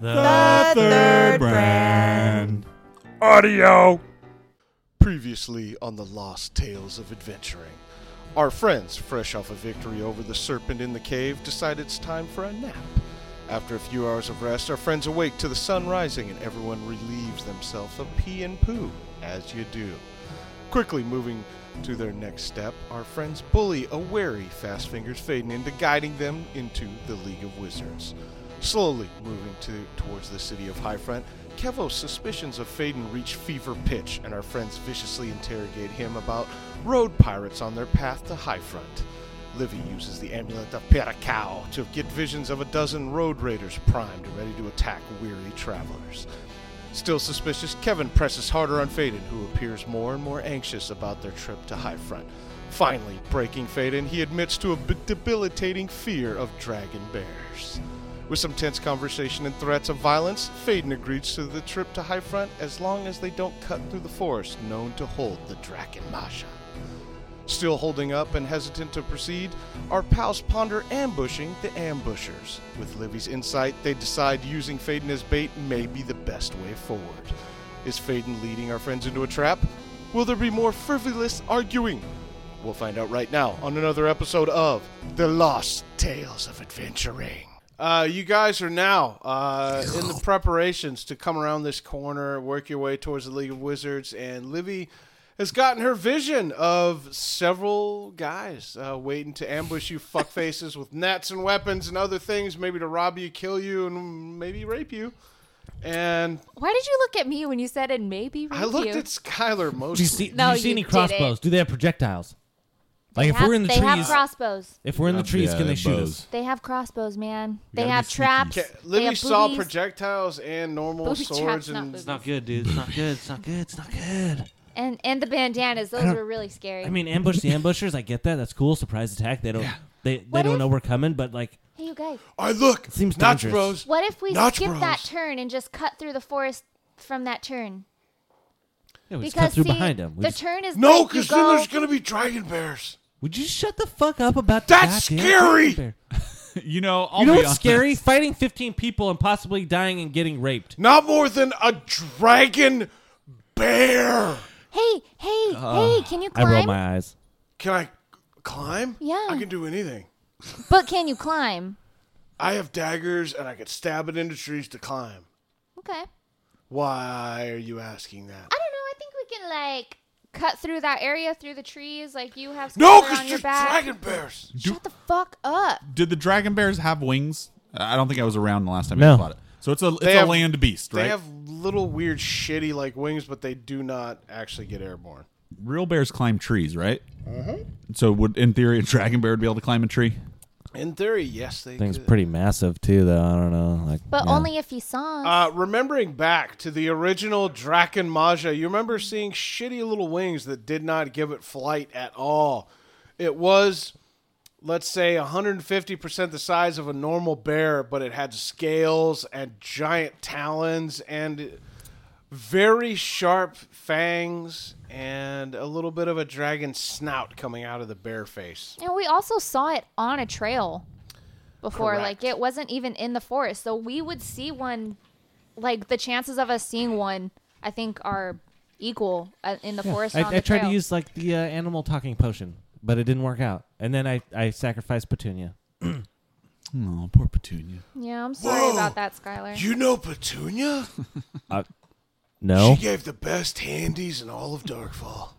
The, Audio. Previously on the Lost Tales of Adventuring, our friends, fresh off a victory over the serpent in the cave, decide it's time for a nap. After a few hours of rest, our friends awake to the sun rising and everyone relieves themselves of pee and poo, as you do. Quickly moving to their next step, our friends bully a wary Fast Fingers Faden into guiding them into the League of Wizards. Slowly moving to, towards the city of Highfront, Kevo's suspicions of Faden reach fever pitch, and our friends viciously interrogate him about road pirates on their path to Highfront. Livy uses the amulet of Peracao to get visions of a dozen road raiders primed and ready to attack weary travelers. Still suspicious, Kevin presses harder on Faden, who appears more and more anxious about their trip to High Front. Finally, breaking Faden, he admits to a b- debilitating fear of dragon bears. With some tense conversation and threats of violence, Faden agrees to the trip to High Front as long as they don't cut through the forest known to hold the Draken Masha. Still holding up and hesitant to proceed, our pals ponder ambushing the ambushers. With Livy's insight, they decide using Faden as bait may be the best way forward. Is Faden leading our friends into a trap? Will there be more frivolous arguing? We'll find out right now on another episode of The Lost Tales of Adventuring. Uh, you guys are now uh, in the preparations to come around this corner, work your way towards the League of Wizards, and Livy has gotten her vision of several guys uh, waiting to ambush you fuckfaces with nets and weapons and other things, maybe to rob you, kill you, and maybe rape you. And Why did you look at me when you said it maybe? I looked at Skylar most. Do you see, No, do you see you any did crossbows? it. Do they have projectiles? Like if we're in the they have trees, crossbows. if we're in the trees, can they shoot us? They have crossbows, man. gotta They be have sneaky. traps. Okay, they Livy have saw boobies. projectiles and normal Booby traps, swords not and boobies. It's not good, dude. It's not good. It's not good. It's not good. and and the bandanas. Those don't- were really scary. I mean, ambush the ambushers. I get that. That's cool. Surprise attack. They don't. They they What don't if- know we're coming. But like, hey, you guys. I look. It seems nuts, dangerous. bros. What if we Notch skip that Bros. turn and just cut through the forest from that turn? yeah, we just cut Because through see, behind them. We the just, turn is No, like you because then go- there's gonna be dragon bears. would you shut the fuck up about the That's goddamn scary! bear? You know, I'll You know be what's honest. scary? Fighting fifteen people and possibly dying and getting raped. Not more than a dragon bear. Hey, hey, hey! Can you Uh, I roll climb? my eyes. Can I climb? Yeah. I can do anything. But can you climb? I have daggers and I could stab it into trees to climb. Okay. I don't know. Why are you asking that? I think we can like cut through that area through the trees, like you have. No, Skylar on because your you're back. dragon bears. Shut the fuck up. Did the dragon bears have wings? Uh, I don't think I was around the last time No. you fought it. So it's a it's They a have- land beast, right? They have little weird shitty like wings, but they do not actually get airborne. Real bears climb trees, right? Mm-hmm. So would in theory a dragon bear would be able to climb a tree? In theory, yes, they Thing's could. pretty massive too, though. I don't know. Like, But yeah. only if he saw. us. Uh, remembering back to the original Draken Maja, you remember seeing shitty little wings that did not give it flight at all. It was, let's say, 150% the size of a normal bear, but it had scales and giant talons and very sharp fangs and a little bit of a dragon snout coming out of the bear face. And we also saw it on a trail before. Correct. Like it wasn't even in the forest. So we would see one. Like the chances of us seeing one, I think, are equal uh, in the forest. I, and on I the tried to trail. use like the uh, animal talking potion, but it didn't work out. And then I I sacrificed Petunia. Oh, poor Petunia. Yeah, I'm sorry Whoa. about that, Skylar. You know Petunia? No, She gave the best handies in all of Darkfall.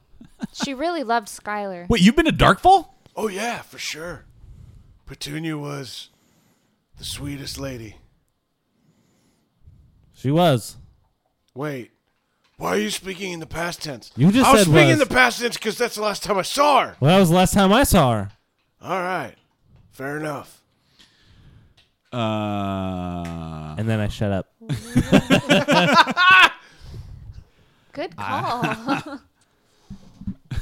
she really loved Skylar. Wait, you've been to Darkfall? Oh yeah, for sure. Petunia was the sweetest lady. she was. Wait, why are you speaking in the past tense? You just I was said speaking was. in the past tense because that's the last time I saw her. Well, that was the last time I saw her. All right, fair enough. Uh And then I shut up. Good Ah. call.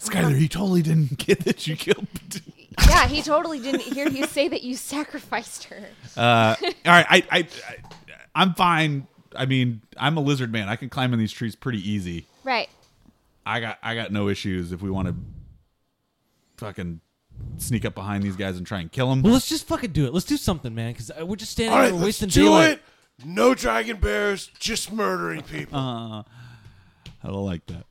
Skylar, you totally didn't get that you killed Petunia. yeah, he totally didn't hear you say that you sacrificed her. Uh, All right, I, I, I, I'm fine. I mean, I'm a lizard man. I can climb in these trees pretty easy. Right. I got, I got no issues if we want to fucking sneak up behind these guys and try and kill them. Well, let's just fucking do it. Let's do something, man, because we're just standing All right, there let's wasting do daylight. it. No dragon bears, just murdering people. Uh-huh. I don't like that.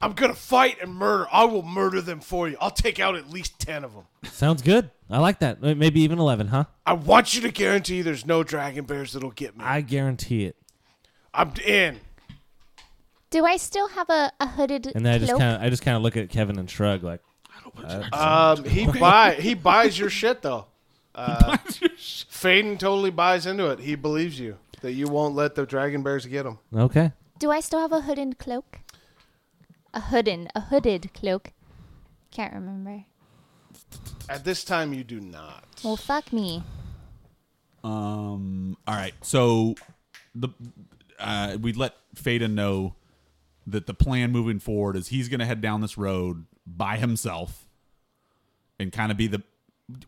I'm gonna fight and murder. I will murder them for you. I'll take out at least ten of them. Sounds good. I like that. Uh, Maybe even 11, huh? I want you to guarantee there's no dragon bears that'll get me. I guarantee it. I'm in. Do I still have a, a hooded And then I just cloak? kind of I just kind of look at Kevin and shrug like Um, he buy he buys your shit though. Faden totally buys into it. He believes you that you won't let the dragon bears get him. okay. Do I still have a hooded cloak? A hooded, a hooded cloak. Can't remember. At this time, you do not. Well, fuck me. Um. All right. So the uh, we let Fada know that the plan moving forward is he's going to head down this road by himself and kind of be the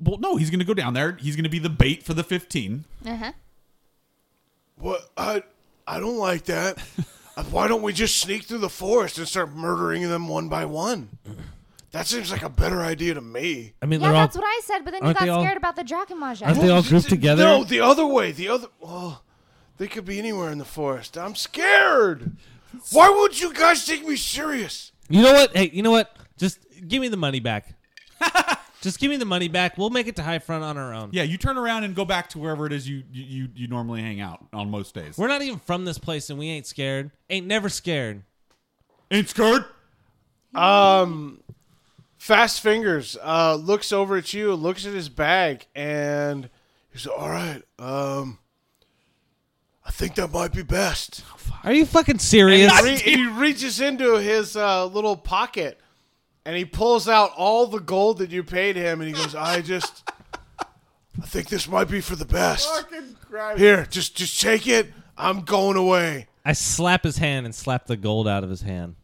well. No, he's going to go down there. He's going to be the bait for the fifteen. Uh huh. What? I I don't like that. Uh, Why don't we just sneak through the forest and start murdering them one by one? That seems like a better idea to me. I mean, Yeah, they're all that's what I said, but then you aren't got they all- scared about the Dragon aren't they all grouped together? No, the other way. The other. Oh, they could be anywhere in the forest. I'm scared. Why won't you guys take me serious? You know what? Hey, you know what? Just give me the money back. Just give me the money back. We'll make it to High Front on our own. Yeah, you turn around and go back to wherever it is you you you- you normally hang out on most days. We're not even from this place, and we ain't scared. Ain't never scared. Ain't scared. Fast Fingers uh, looks over at you, looks at his bag, and he's all right. Um, I think that might be best. Are you fucking serious? Re- he reaches into his uh, little pocket and he pulls out all the gold that you paid him and he goes i just i think this might be for the best here just just take it i'm going away I slap his hand and slap the gold out of his hand.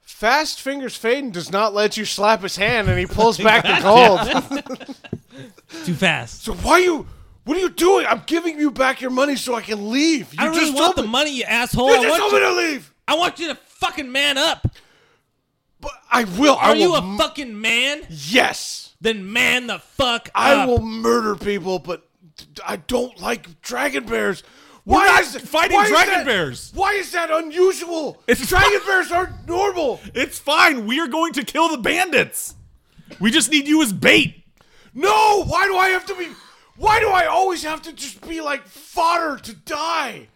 fast fingers faden does not let you slap his hand and he pulls back the gold Too fast. so why you what are you doing i'm giving you back your money so i can leave you I don't just really want told the me- money, you asshole. you I just want told you, me to leave I want you to fucking man up. but i will I Are will you a m- fucking man? yes Then man the fuck I up. will murder people, but d- I don't like dragon bears. Why not is it- fighting why is dragon that- bears. Why is that unusual? It's- dragon bears aren't normal. It's fine. We are going to kill the bandits. We just need you as bait. No, why do I have to be? Why do I always have to just be like fodder to die?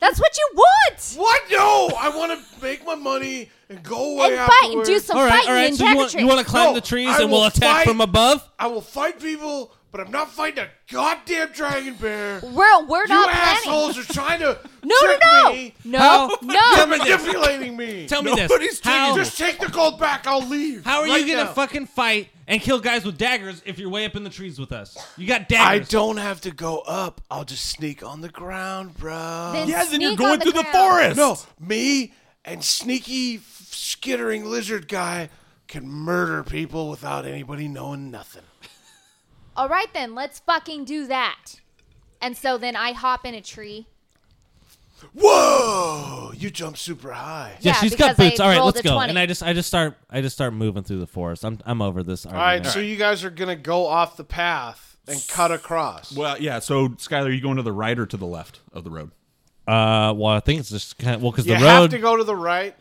That's what you want. What? No, I want to make my money and go away And fight and afterwards. do some all right, fighting all right. and So you want, you want to climb No, the trees I and we'll will attack fight. from above? I will fight people, but I'm not fighting a goddamn dragon bear. We're we're you not planning. assholes are trying to No, trick no, no, me. How? no, no. Tell me this. manipulating me. Tell me Nobody's this. How, Just take the gold back. I'll leave. how are Right you gonna now. fucking fight and kill guys with daggers if you're way up in the trees with us? You got I daggers. don't have to go up. I'll just sneak on the ground, bro. Then Yeah, then you're sneak going on the through the forest. ground. no, me and sneaky f- skittering lizard guy can murder people without anybody knowing nothing. All right then, let's fucking do that. And so then I hop in a tree. Whoa! You jump super high. Yeah, Yeah, she's got because boots. I All right, rolled let's a go. 20. And I just, I just start, I just start moving through the forest. I'm, I'm over this. All right, so you guys are gonna go off the path and cut across. Well, yeah. So, Skylar, you going to the right or to the left of the road? Uh, well, I think it's just kind of well because You the have road. to go to the right.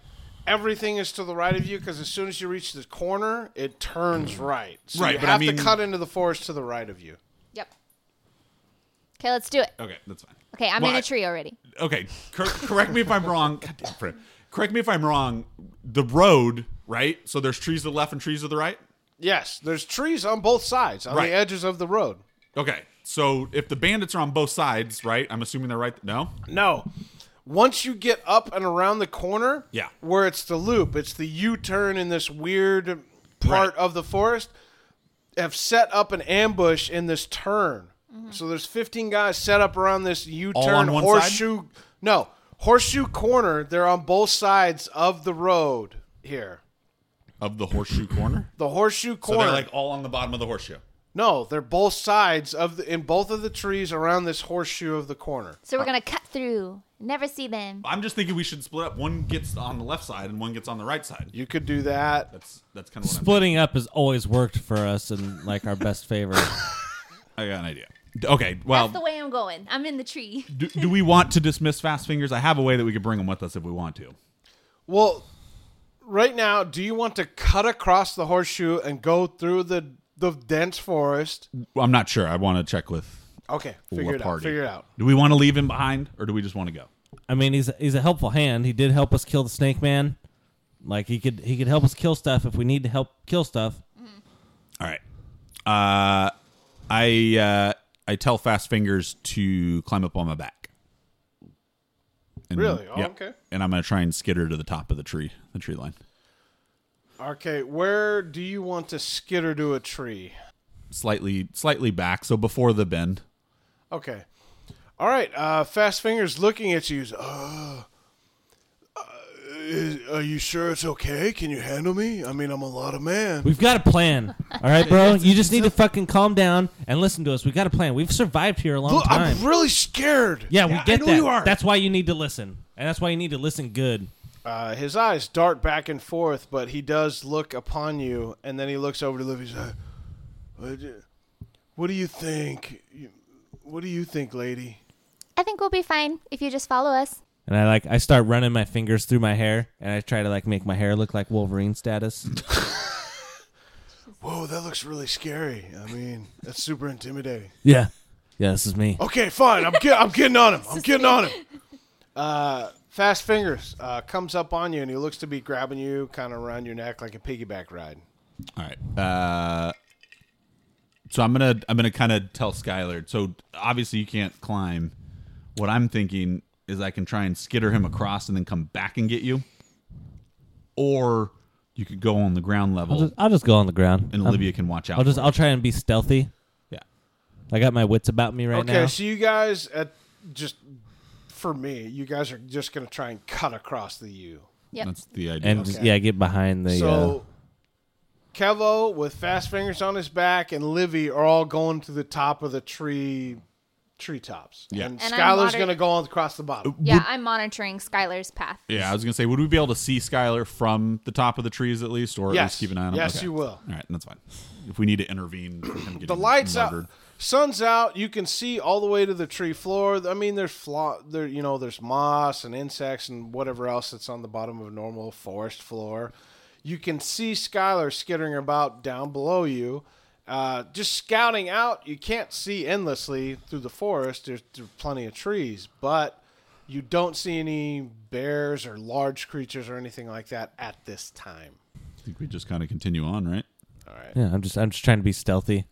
Everything is to the right of you because as soon as you reach the corner, it turns right. So Mm. Right, you but I have mean- to cut into the forest to the right of you. Yep. Okay, let's do it. Okay, that's fine. Okay, I'm Well, in I- a tree already. Okay, cor- correct me if I'm wrong. God damn, Fred. Correct me if I'm wrong. The road, right? So there's trees to the left and trees to the right. Yes, there's trees on both sides on Right. the edges of the road. Okay. So if the bandits are on both sides, right? I'm assuming they're right. No. No. Once you get up and around the corner, Yeah. where it's the loop, it's the U turn in this weird part Right. of the forest, have set up an ambush in this turn. So there's 15 guys set up around this U turn on one side? horseshoe. No, horseshoe corner. They're on both sides of the road here. Of the horseshoe corner. The horseshoe So corner. they're like all on the bottom of the horseshoe. no, they're both sides of the, in both of the trees around this horseshoe of the corner. So we're gonna cut through. Never see them. I'm just thinking we should split up. One gets on the left side and one gets on the right side. You could do that. That's that's kind of what Splitting up has always worked for us in like our best favor. I'm. I got an idea. Okay, well, That's the way I'm going. I'm in the tree. do, do we want to dismiss Fast Fingers? I have a way that we could bring them with us if we want to. Well, right now, do you want to cut across the horseshoe and go through the the dense forest? I'm not sure. I want to check with Okay, La figure it out. Party. Figure it out. Do we want to leave him behind, or do we just want to go? I mean, he's he's a helpful hand. He did help us kill the snake man. Like he could he could help us kill stuff if we need to help kill stuff. All right. Uh, I uh, I tell Fast Fingers to climb up on my back. And, Really? Oh, okay. And I'm gonna try and skitter to the top of the tree, the tree line. Okay, where do you want to skitter to a tree? Slightly, slightly back, so before the bend. Okay. All right. Uh, Fast fingers looking at you. Uh, uh, is- are you sure it's okay? Can you handle me? I mean, I'm a lot of man. We've got a plan. All right, bro. You just need to fucking calm down and listen to us. We've got a plan. We've survived here a long Look, time. I'm really scared. yeah, we I get know that. You are. That's why you need to listen, and that's why you need to listen good. Uh, his eyes dart back and forth, but he does look upon you, and then he looks over to Livy's. Uh, what do- what do you think? You- What do you think, lady? I think we'll be fine if you just follow us. And I like I start running my fingers through my hair, and I try to like make my hair look like Wolverine status. Whoa, that looks really scary. I mean, that's super intimidating. yeah, yeah, this is me. Okay, fine. I'm get, I'm getting on him. I'm getting on him. Uh, fast fingers uh, comes up on you and he looks to be grabbing you kind of around your neck like a piggyback ride. All right. Uh, so I'm gonna I'm gonna kind of tell Skylar. So obviously you can't climb. What I'm thinking is I can try and skitter him across and then come back and get you, or you could go on the ground level I'll just, I'll just go on the ground. and I'm- Olivia can watch out. I'll just for I'll try and be stealthy. it. I got my wits about me right okay, now. so you guys at just for me, you guys are just gonna try and cut across the U. yeah, Yep. that's the idea. and Okay. yeah, get behind the. uh, So Kevo with fast fingers on his back and Livy are all going to the top of the tree treetops. Yeah. And, And I'm Skylar's moder- gonna go on across the bottom. yeah, I'm monitoring Skylar's path. yeah, I was gonna say, would we be able to see Skylar from the top of the trees at least, or at Yes. least keep an eye on him? Yes, you will. All right, that's fine. If we need to intervene, for him getting the lights murdered. out sun's out you can see all the way to the tree floor i mean there's flaw there you know there's moss and insects and whatever else that's on the bottom of a normal forest floor you can see skylar skittering about down below you uh, just scouting out you can't see endlessly through the forest there's, there's plenty of trees but you don't see any bears or large creatures or anything like that at this time I think we just kind of continue on, right? all right uh, yeah, I'm just I'm just trying to be stealthy,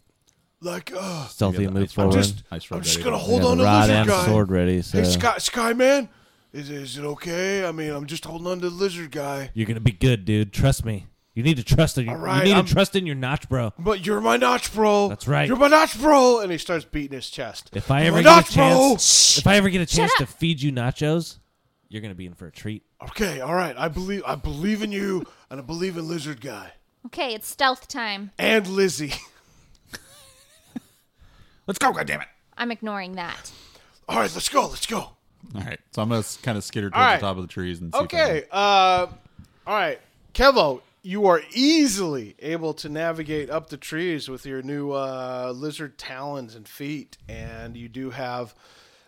like uh stealthy, Yeah, and move I- I'm forward. just- I Ice rod ready. hold got the rod and guy. sword ready. So Hey, Sky, Sky Man, is, is it okay? I mean, I'm just holding on to the lizard guy. you're gonna be good, dude. Trust me. You need to trust in your. right, you need I'm- to trust in your notch, bro. But you're my notch, bro. That's right. You're my notch, bro. And he starts beating his chest. If I "You're ever my get a notch, bro. chance, if I ever get a chance to feed you nachos, you're gonna be in for a treat. Okay, all right. I believe I believe in you, and I believe in lizard guy Okay, it's stealth time. and Lizzie. Let's go, goddammit. I'm ignoring that. All right, let's go. Let's go. All right, so I'm gonna kind of skitter towards All right. the top of the trees and see if I can- Okay. Uh, all right, Kevo. You are easily able to navigate up the trees with your new uh, lizard talons and feet, and you do have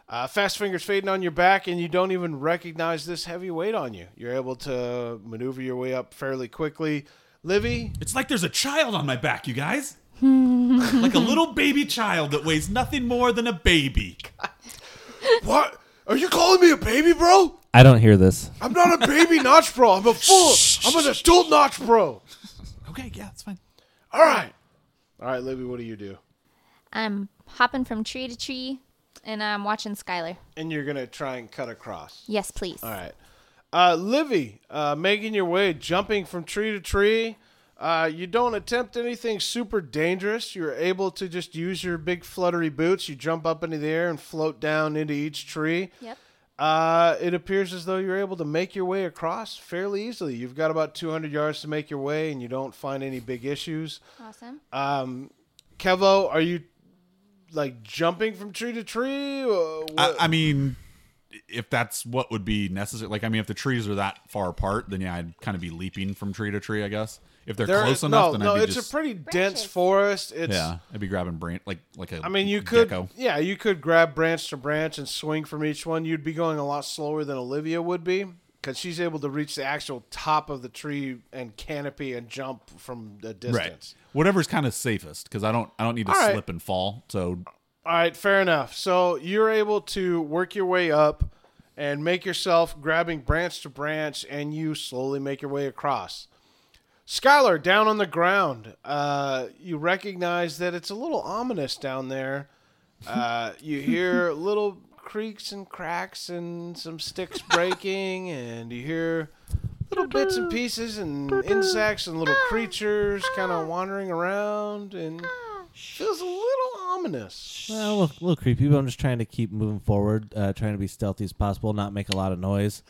uh, fast fingers fading on your back, and you don't even recognize this heavy weight on you. You're able to maneuver your way up fairly quickly. Livy, It's like there's a child on my back, you guys. like a little baby child that weighs nothing more than a baby. what? Are you calling me a baby, bro? I don't hear this. I'm not a baby notch bro. I'm a full. I'm an adult notch bro. Okay, yeah, that's fine. All right. All right, Livy, what do you do? I'm hopping from tree to tree and I'm watching Skylar. And you're going to try and cut across. Yes, please. All right. Uh, Livy, uh, making your way, jumping from tree to tree. Uh, you don't attempt anything super dangerous. You're able to just use your big fluttery boots. You jump up into the air and float down into each tree. Yep. Uh, it appears as though you're able to make your way across fairly easily. You've got about 200 yards to make your way, and you don't find any big issues. Awesome. Um, Kevo, are you like jumping from tree to tree? Uh, I, I mean, if that's what would be necessary. Like, I mean, if the trees are that far apart, then yeah, I'd kind of be leaping from tree to tree, I guess. If they're There close is- enough, no, then no, I'd be it's just a pretty dense Branches. forest. It's yeah, I'd be grabbing branch like like a. I mean, you could, gecko. yeah, you could grab branch to branch and swing from each one. You'd be going a lot slower than Olivia would be because she's able to reach the actual top of the tree and canopy and jump from the right. distance. Whatever's kind of safest because I don't I don't need to All right. slip and fall. So All right, fair enough. So you're able to work your way up and make yourself grabbing branch to branch, and you slowly make your way across. Skylar, down on the ground, uh, you recognize that it's a little ominous down there. Uh, you hear little creaks and cracks and some sticks breaking, and you hear little bits and pieces and insects and little creatures kind of wandering around, and feels a little ominous. Well, a little, a little creepy, but I'm just trying to keep moving forward, uh, trying to be stealthy as possible, not make a lot of noise.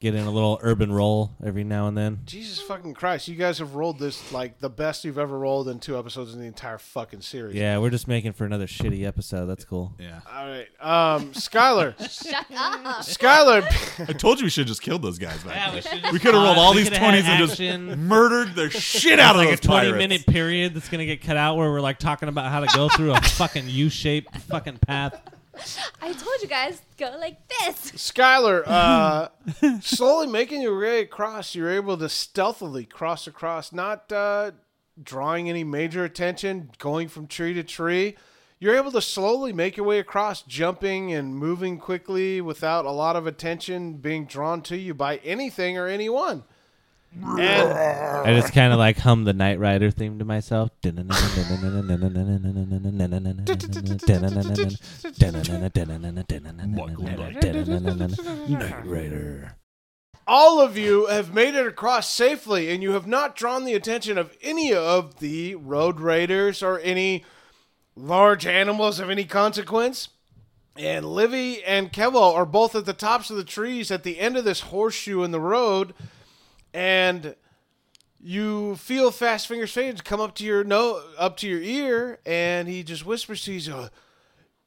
Get in a little urban roll every now and then. Jesus fucking Christ! You guys have rolled this like the best you've ever rolled in two episodes in the entire fucking series. Yeah, we're just making for another shitty episode. That's cool. yeah, All right, um, Skylar. Shut up, Skylar. I told you we should just kill those guys back. there. we We could have rolled all these twenties and just action. murdered the shit out of like a those 20 pirates. minute period that's going to get cut out where we're like talking about how to go through a fucking U shaped fucking path. I told you guys, go like this. Skylar, uh, slowly making your way across, you're able to stealthily cross across, not uh, drawing any major attention, going from tree to tree. You're able to slowly make your way across, jumping and moving quickly without a lot of attention being drawn to you by anything or anyone. And I just kind of like hum the Knight Rider theme to myself. Knight Rider. all of you have made it across safely and you have not drawn the attention of any of the road raiders or any large animals of any consequence. And Livy and Kevo are both at the tops of the trees at the end of this horseshoe in the road. And you feel Fast Fingers Fades come up to your no up to your ear, and he just whispers to you, uh,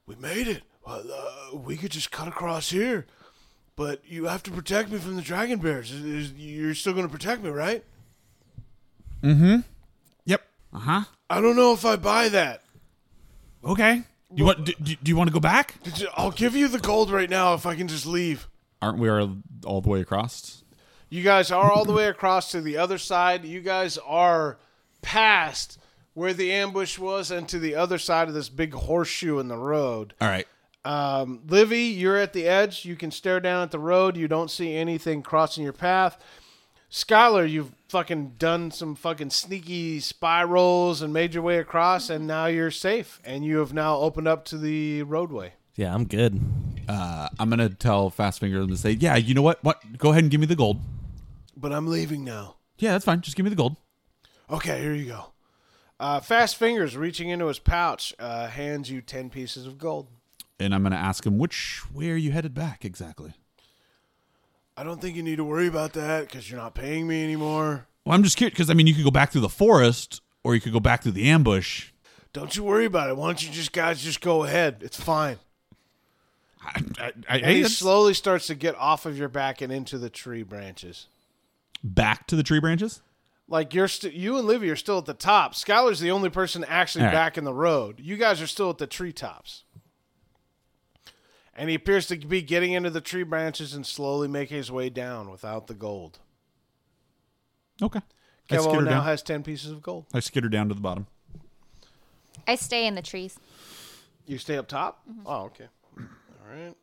"We made it. Well, uh, we could just cut across here." But you have to protect me from the dragon bears. Is- is- You're still going to protect me, right? Yep. Uh huh. I don't know if I buy that. Okay. You want? Do, do do you want to go back? J- I'll give you the gold right now if I can just leave. Aren't we all, all the way across? You guys are all the way across to the other side. You guys are past where the ambush was and to the other side of this big horseshoe in the road. All right. Um, Livy, you're at the edge. You can stare down at the road. You don't see anything crossing your path. Skylar, you've fucking done some fucking sneaky spirals and made your way across, and now you're safe. And you have now opened up to the roadway. Yeah, I'm good. Uh, I'm gonna tell Fast Finger and say, yeah, you know what? What? Go ahead and give me the gold. But I'm leaving now. Yeah, that's fine. Just give me the gold. Okay, here you go. Uh, Fast Fingers, reaching into his pouch, uh, hands you 10 pieces of gold. And I'm gonna ask him which way are you headed back exactly? I don't think you need to worry about that because you're not paying me anymore. Well, I'm just curious because I mean, you could go back through the forest, or you could go back through the ambush. Don't you worry about it. Why don't you just guys just go ahead? It's fine. I, I, I, And hey, he that's- slowly starts to get off of your back and into the tree branches. back to the tree branches. Like you're st- you and Livy are still at the top. Skylar's the only person actually All right. back in the road. You guys are still at the treetops. And he appears to be getting into the tree branches and slowly making his way down without the gold. Okay. I Kevo skitter now down. has ten pieces of gold. I skitter down to the bottom. I stay in the trees. You stay up top? Oh, okay. All right.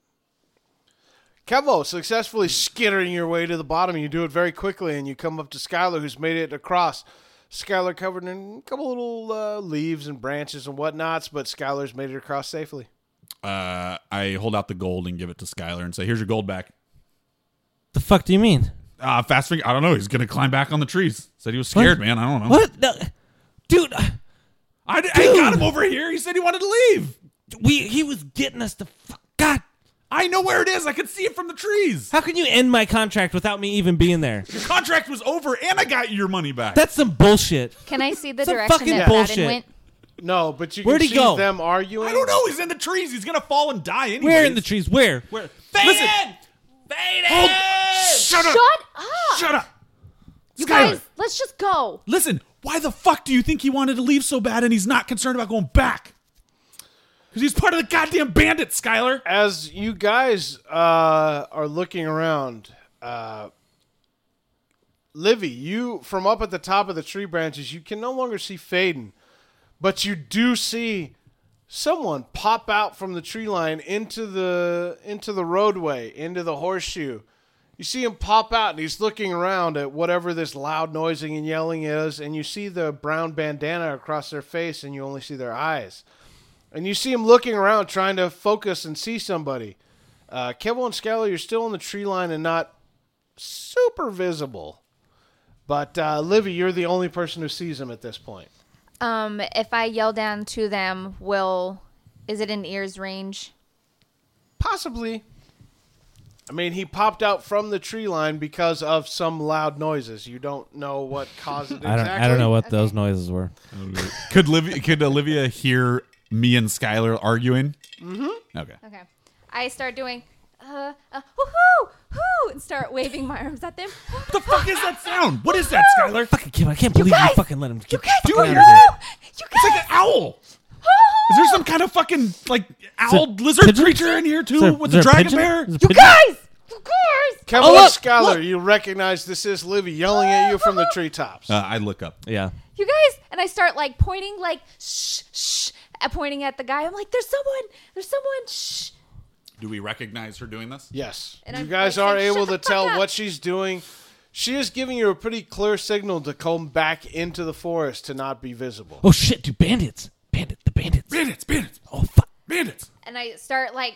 Kevo successfully skittering your way to the bottom. You do it very quickly, and you come up to Skylar, who's made it across. Skylar covered in a couple little uh, leaves and branches and whatnots, but Skylar's made it across safely. Uh, I hold out the gold and give it to Skylar and say, "Here's your gold back." The fuck do you mean? Uh, fast finger. I don't know. He's gonna climb back on the trees. Said he was scared, man. I don't know. What? No. Dude, I, d- I got him over here. He said he wanted to leave. we he was getting us the fuck. God, I know where it is. I could see it from the trees. how can you end my contract without me even being there? Your contract was over, and I got your money back. That's some bullshit. Can I see the Some direction fucking that Aladdin bullshit. went? No, but you Where'd can he see go? them arguing. I don't know. He's in the trees. He's gonna fall and die anyway. Where in the trees? Where? Where? Listen. Faden! Faden! Shut up! Shut up! Shut up! you Skylar. guys, let's just go. Listen, why the fuck do you think he wanted to leave so bad and he's not concerned about going back? Because he's part of the goddamn bandit, Skylar. As you guys uh, are looking around, uh, Livy, you from up at the top of the tree branches, you can no longer see Faden, but you do see someone pop out from the tree line into the into the roadway, into the horseshoe. You see him pop out, and he's looking around at whatever this loud noising and yelling is, and you see the brown bandana across their face, and you only see their eyes. And you see him looking around, trying to focus and see somebody. Uh, Kevo and Scalar, you're still on the tree line and not super visible. But uh, Livy, you're the only person who sees him at this point. Um, if I yell down to them, will is it in ears range? Possibly. I mean, he popped out from the tree line because of some loud noises. You don't know what caused it I don't. exactly. I don't know what those noises were. Could Olivia, could Olivia hear me and Skylar arguing? Mm-hmm. Okay. Okay, I start doing uh, uh hoo hoo and start waving my arms at them. The fuck is that sound? What is that, Skylar? Fucking Kim, I can't believe guys- you fucking let him You get guys, fucking no, out you of here. It's guys. like an owl. Is there some kind of fucking like owl lizard pigeons? creature in here too Is there- with is there the a dragon pigeon? bear? Is there a You pigeon? guys! You guys! Kevo Oh, and look, Skylar, you recognize this is Livy yelling at you from the treetops. Uh, I look up. Yeah. You guys! And I start like pointing, like shh, shh, at pointing at the guy. I'm like, there's someone, there's someone, shh. Do we recognize her doing this? Yes. And you I'm guys like are saying, able "Shut to the tell fuck up." what she's doing. She is giving you a pretty clear signal to come back into the forest to not be visible. Oh shit, dude! Bandits! Bandit! The bandits! Bandits, bandits, Oh fuck! bandits. And I start like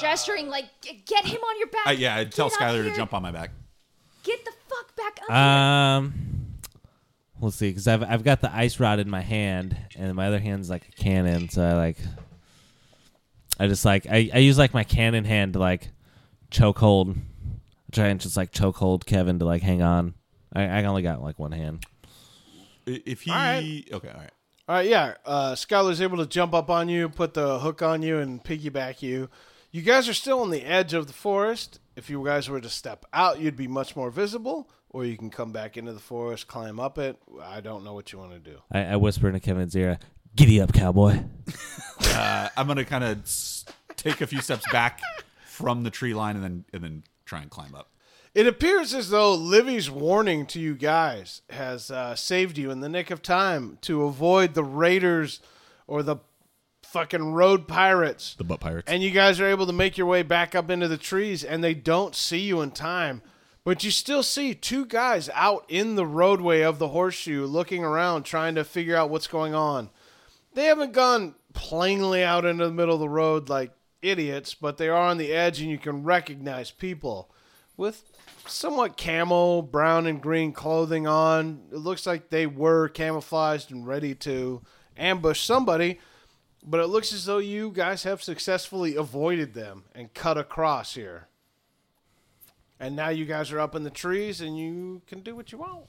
gesturing, like "G- get him on your back. Uh, yeah, I'd tell Get up Skylar to here. jump on my back. Get the fuck back up. Um, let's see, because I've I've got the ice rod in my hand, and my other hand's like a cannon, so I like, I just like I, I use like my cannon hand to like choke hold, try and just like choke hold Kevin to like hang on. I, I only got like one hand. I- If he All right. okay, all right. All right, yeah. Uh, Skylar's able to jump up on you, put the hook on you, and piggyback you. You guys are still on the edge of the forest. If you guys were to step out, you'd be much more visible, or you can come back into the forest, climb up it. I don't know what you want to do. I, I whisper into Kevin's ear, "Giddy up, cowboy!" Uh, I'm gonna kind of s- take a few steps back from the tree line and then and then try and climb up. It appears as though Livy's warning to you guys has uh, saved you in the nick of time to avoid the raiders or the fucking road pirates. The butt pirates. And you guys are able to make your way back up into the trees, and they don't see you in time. But you still see two guys out in the roadway of the horseshoe looking around, trying to figure out what's going on. They haven't gone plainly out into the middle of the road like idiots, but they are on the edge, and you can recognize people with somewhat camel, brown, and green clothing on. It looks like they were camouflaged and ready to ambush somebody. But it looks as though you guys have successfully avoided them and cut across here. And now you guys are up in the trees and you can do what you want.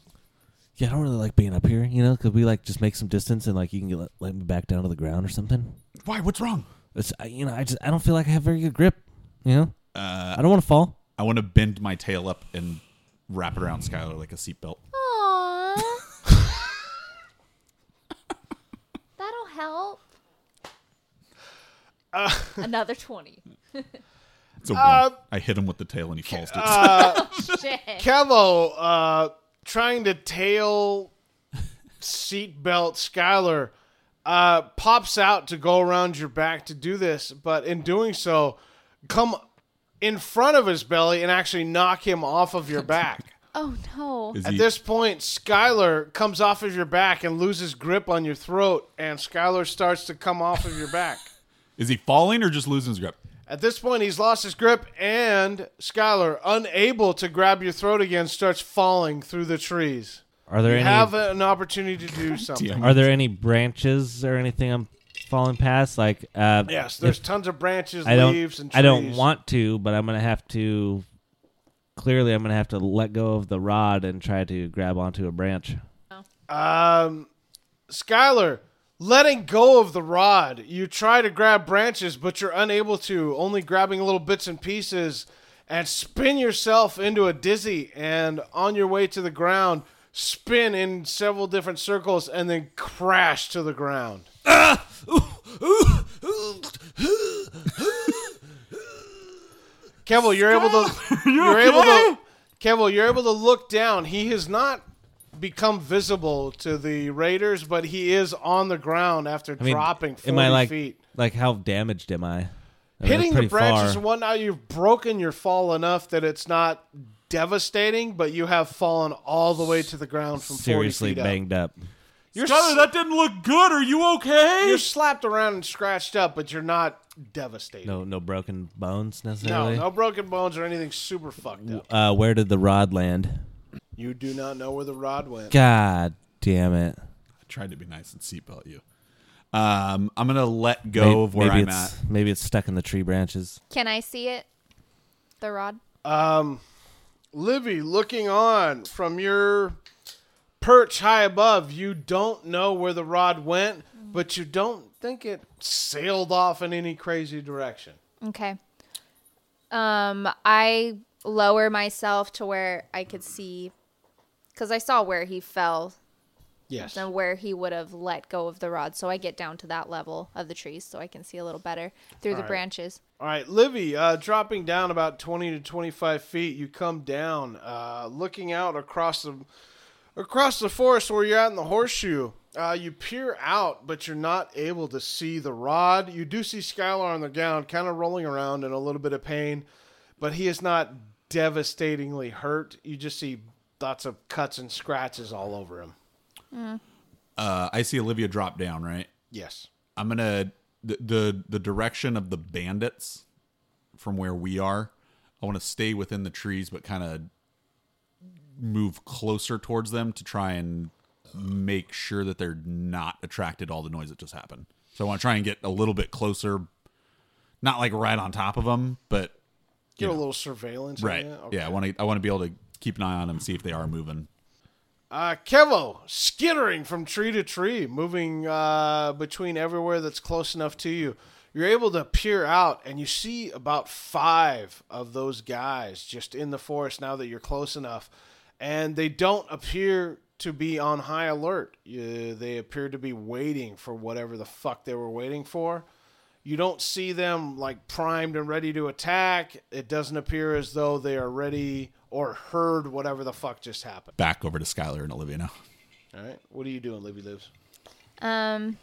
Yeah, I don't really like being up here, you know. Could we like just make some distance and like you can get, let, let me back down to the ground or something? Why? What's wrong? It's I, you know I just I don't feel like I have very good grip, you know. Uh, I don't want to fall. I want to bend my tail up and wrap it around Skylar like a seatbelt. Aww. That'll help. Another 20. It's a one. I hit him with the tail and he falls. To Shit. Kevo uh, trying to tail seatbelt Skylar uh, pops out to go around your back to do this, but in doing so, come in front of his belly and actually knock him off of your back. Oh no. Is At he- this point, Skylar comes off of your back and loses grip on your throat, and Skylar starts to come off of your back. Is he falling or just losing his grip? At this point, he's lost his grip, and Skylar, unable to grab your throat again, starts falling through the trees. Are there You any have an opportunity to do something. Are there any branches or anything I'm falling past? Like, uh, Yes, if there's tons of branches, I don't, leaves, and trees. I don't want to, but I'm gonna have to. Clearly, I'm gonna have to let go of the rod and try to grab onto a branch. Um, Skylar, Letting go of the rod. You try to grab branches, but you're unable to, only grabbing little bits and pieces, and spin yourself into a dizzy. And on your way to the ground, spin in several different circles and then crash to the ground. Kevil, you're able to. You're able to. Kevil, you're able to look down. He has not become visible to the Raiders, but he is on the ground after I mean, dropping 40 am I like feet. like how damaged am I? I mean, that's Hitting the pretty branches far. and whatnot, you've broken your fall enough that it's not devastating, but you have fallen all the way to the ground from seriously 40 feet up. banged up. You're, Tyler, s- that didn't look good. Are you okay? you're slapped around and scratched up, but you're not devastated. No, no broken bones no, necessarily. no broken bones or anything super fucked up. Uh, where did the rod land? You do not know where the rod went. God damn it! I tried to be nice and seatbelt you. Um, I'm gonna let go May- of where maybe I'm it's at. maybe it's stuck in the tree branches. Can I see it? The rod. Livy, looking on from your perch high above, you don't know where the rod went, but you don't think it sailed off in any crazy direction. Okay. Um, I lower myself to where I could see, because I saw where he fell Yes. and where he would have let go of the rod. So I get down to that level of the trees so I can see a little better through the Alright. branches. All right, Livy, uh, dropping down about 20 to 25 feet, you come down, uh, looking out across the across the forest where you're at in the horseshoe. Uh, you peer out, but you're not able to see the rod. You do see Skylar on the ground, kind of rolling around in a little bit of pain, but he is not devastatingly hurt. You just see lots of cuts and scratches all over him. Uh, I see Olivia drop down. Right. Yes. I'm gonna the the, the direction of the bandits from where we are. I want to stay within the trees, but kind of move closer towards them to try and make sure that they're not attracted to all the noise that just happened. So I want to try and get a little bit closer, not like right on top of them, but Get a know. little surveillance. on right. ya? Yeah, I want to I want to be able to keep an eye on them, see if they are moving. Uh, Kevo skittering from tree to tree, moving uh, between everywhere that's close enough to you. You're able to peer out, and you see about five of those guys just in the forest now that you're close enough, and they don't appear to be on high alert. Uh, they appear to be waiting for whatever the fuck they were waiting for. You don't see them like primed and ready to attack. It doesn't appear as though they are ready or heard whatever the fuck just happened. Back over to Skylar and Olivia now. All right. What are you doing, Libby Lives? Um,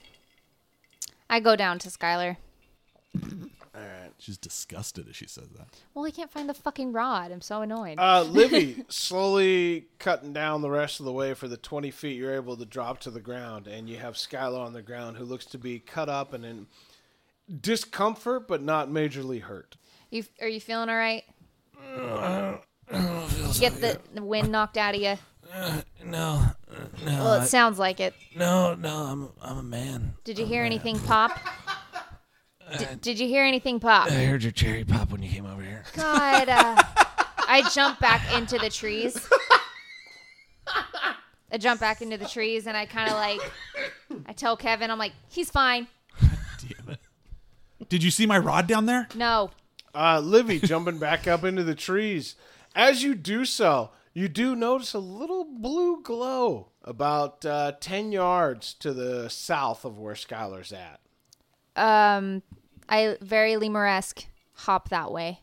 I go down to Skylar. She's disgusted as she says that. Well, he can't find the fucking rod. I'm so annoyed. Uh, Libby, slowly cutting down the rest of the way for the 20 feet you're able to drop to the ground, and you have Skylar on the ground who looks to be cut up and in discomfort, but not majorly hurt. you are you feeling all right? Get the, the wind knocked out of you. Uh, No, Well, it sounds like it. no, no. I'm I'm a man. Did you hear anything pop? Did, did you hear anything pop? I heard your cherry pop when you came over here. God, uh, I jump back into the trees. I jump back into the trees and I kind of like, I tell Kevin, I'm like, he's fine. Did you see my rod down there? No. Uh, Livy jumping back up into the trees. As you do so, you do notice a little blue glow about uh, 10 yards to the south of where Skylar's at. Um, I very Lemur-esque hop that way.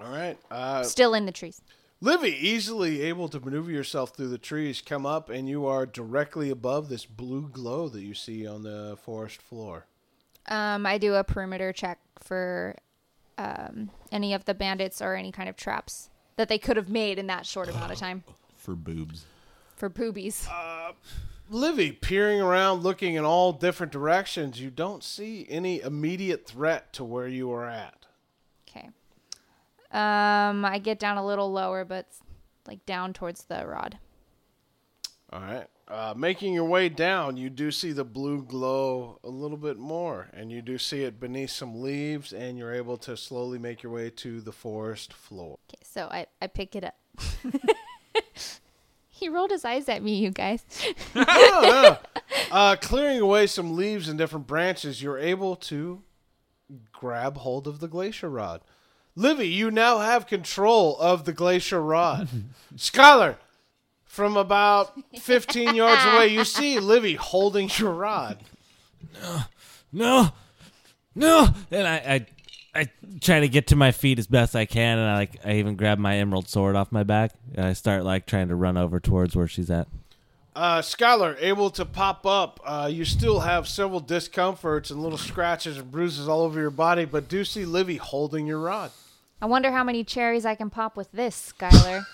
All right. Uh, Still in the trees. Livy, easily able to maneuver yourself through the trees, come up and you are directly above this blue glow that you see on the forest floor. Um, I do a perimeter check for um, any of the bandits or any kind of traps that they could have made in that short amount of time For boobs. for boobies. Livy, peering around, looking in all different directions, you don't see any immediate threat to where you are at. Okay. Um, I get down a little lower, but s- like down towards the rod. All right. Uh, making your way down, you do see the blue glow a little bit more, and you do see it beneath some leaves, and you're able to slowly make your way to the forest floor. Okay, so I, I pick it up. He rolled his eyes at me, you guys. Uh, clearing away some leaves and different branches, you're able to grab hold of the glacier rod. Livy, you now have control of the glacier rod. Scholar, from about 15 yards away, you see Livy holding your rod. no, no. And I, I, I try to get to my feet as best I can, and I like, I even grab my emerald sword off my back, and I start like trying to run over towards where she's at. Uh, Scholar, able to pop up. Uh, you still have several discomforts and little scratches and bruises all over your body, but do see Livy holding your rod. I wonder how many cherries I can pop with this, Skylar.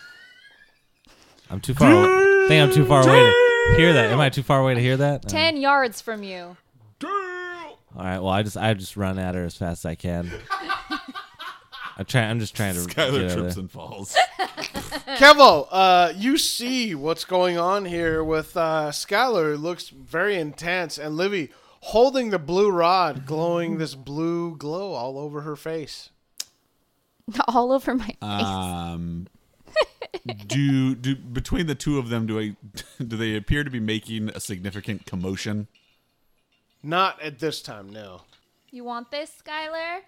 I'm too far. away. I think I'm too far away to hear that. Am I too far away to hear that? Uh, Ten yards from you. all right. Well, I just, I just run at her as fast as I can. I try. I'm just trying to. get Skylar over trips there. and falls. Kevo, uh, you see what's going on here with uh, Skylar. It looks very intense, and Livy holding the blue rod, glowing this blue glow all over her face. All over my face. Um, do do between the two of them do I do they appear to be making a significant commotion? Not at this time, no. you want this, Skylar?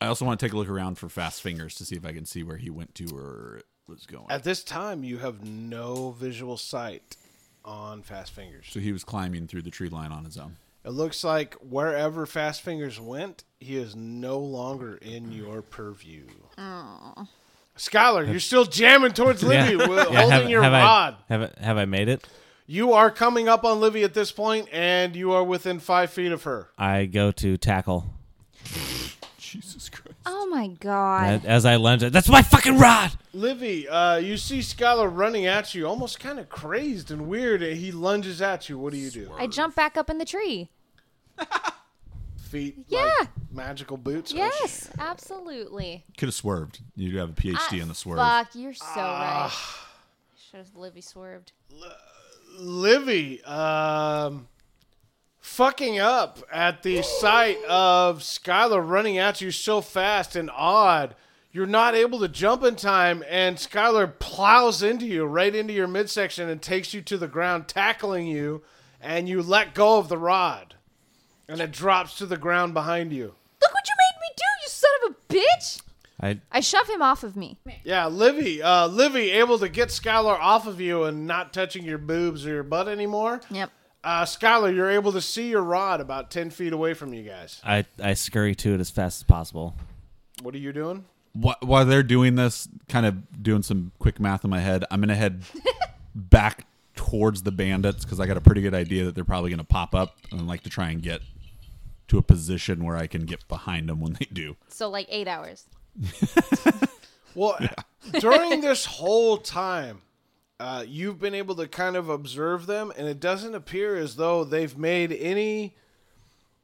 I also want to take a look around for fast fingers to see if I can see where he went to or was going. At this time, you have no visual sight on Fast Fingers. so he was climbing through the tree line on his own. It looks like wherever Fast Fingers went, he is no longer in your purview. Skylar, you're still jamming towards Livy, with holding Yeah, have- your have I- rod. have I- have I made it? You are coming up on Livy at this point, and you are within five feet of her. I go to tackle. Jesus Christ! Oh my god. And As I lunge, I- that's my fucking rod. Livy, uh, you see Skylar running at you, almost kind of crazed and weird, and he lunges at you. What do you do? I jump back up in the tree. Feet, Yeah. like magical boots. Oh, shit. Yes, absolutely. Could have swerved. You have a PhD Ah, in the swerve. Fuck, you're so right. Should have Livy swerved. Livy, um, fucking up at the sight of Skylar running at you so fast and odd. You're not able to jump in time, and Skylar plows into you right into your midsection and takes you to the ground, tackling you, and you let go of the rod, and it drops to the ground behind you. Look what you made me do, you son of a bitch! I I shove him off of me. Yeah, Livy, uh, Livy, able to get Skylar off of you and not touching your boobs or your butt anymore. Yep. Uh, Skylar, you're able to see your rod about 10 feet away from you guys. I I scurry to it as fast as possible. What are you doing? Wh- While they're doing this, kind of doing some quick math in my head, I'm gonna head back towards the bandits because I got a pretty good idea that they're probably gonna pop up, and I'd like to try and get to a position where I can get behind them when they do. So like eight hours. Well, during this whole time, uh, you've been able to kind of observe them, and it doesn't appear as though they've made any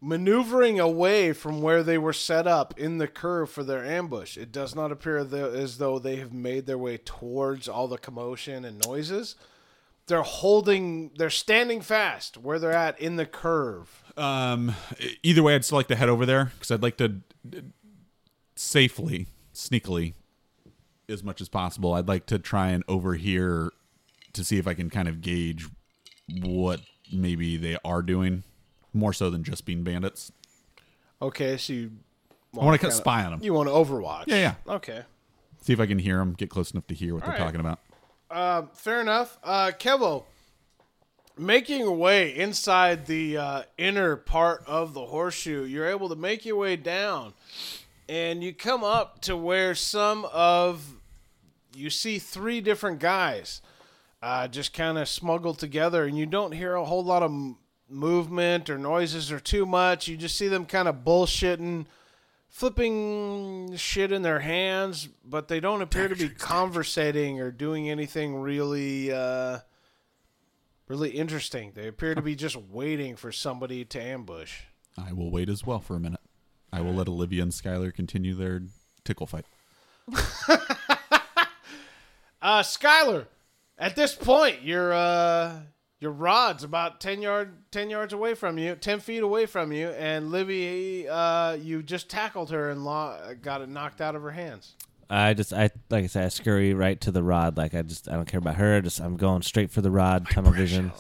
maneuvering away from where they were set up in the curve for their ambush. It does not appear tho- as though they have made their way towards all the commotion and noises. They're holding, they're standing fast where they're at in the curve. Um, e- either way, I'd still like to head over there because I'd like to d- safely, sneakily, as much as possible. I'd like to try and overhear to see if I can kind of gauge what maybe they are doing, more so than just being bandits. Okay, so you. I want to kind of spy on them. You want to Overwatch? Yeah, Okay. See if I can hear them, get close enough to hear what they're right. talking about. Fair enough. Uh, Kevo, making your way inside the uh, inner part of the horseshoe, you're able to make your way down, and you come up to where some of you see three different guys uh, just kind of smuggled together, and you don't hear a whole lot of m- movement or noises or too much. You just see them kind of bullshitting. Flipping shit in their hands, but they don't appear to be conversating or doing anything really, uh, really interesting. They appear to be just waiting for somebody to ambush. I will wait as well for a minute. I will let Olivia and Skylar continue their tickle fight. Uh, Skylar, at this point, your uh, your rod's about ten yard ten yards away from you, ten feet away from you, and Livy, uh, you just tackled her and lo- got it knocked out of her hands. I just I like I said I scurry right to the rod. Like I just I don't care about her. I Just I'm going straight for the rod. Tunnel vision.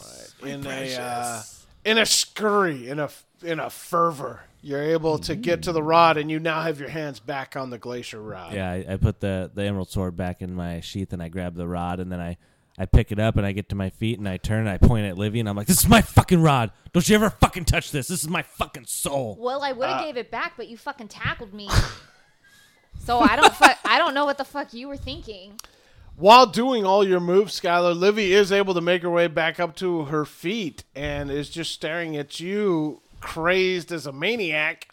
in a uh, in a scurry, in a in a fervor. You're able to get to the rod, and you now have your hands back on the glacier rod. Yeah, I, I put the the emerald sword back in my sheath and I grab the rod and then I I pick it up and I get to my feet and I turn and I point at Livy and I'm like, "This is my fucking rod. Don't you ever fucking touch this. This is my fucking soul." Well, I would Ah. have gave it back, but you fucking tackled me. so I don't fuck. I don't know what the fuck you were thinking. While doing all your moves, Skylar, Livy is able to make her way back up to her feet and is just staring at you, crazed as a maniac.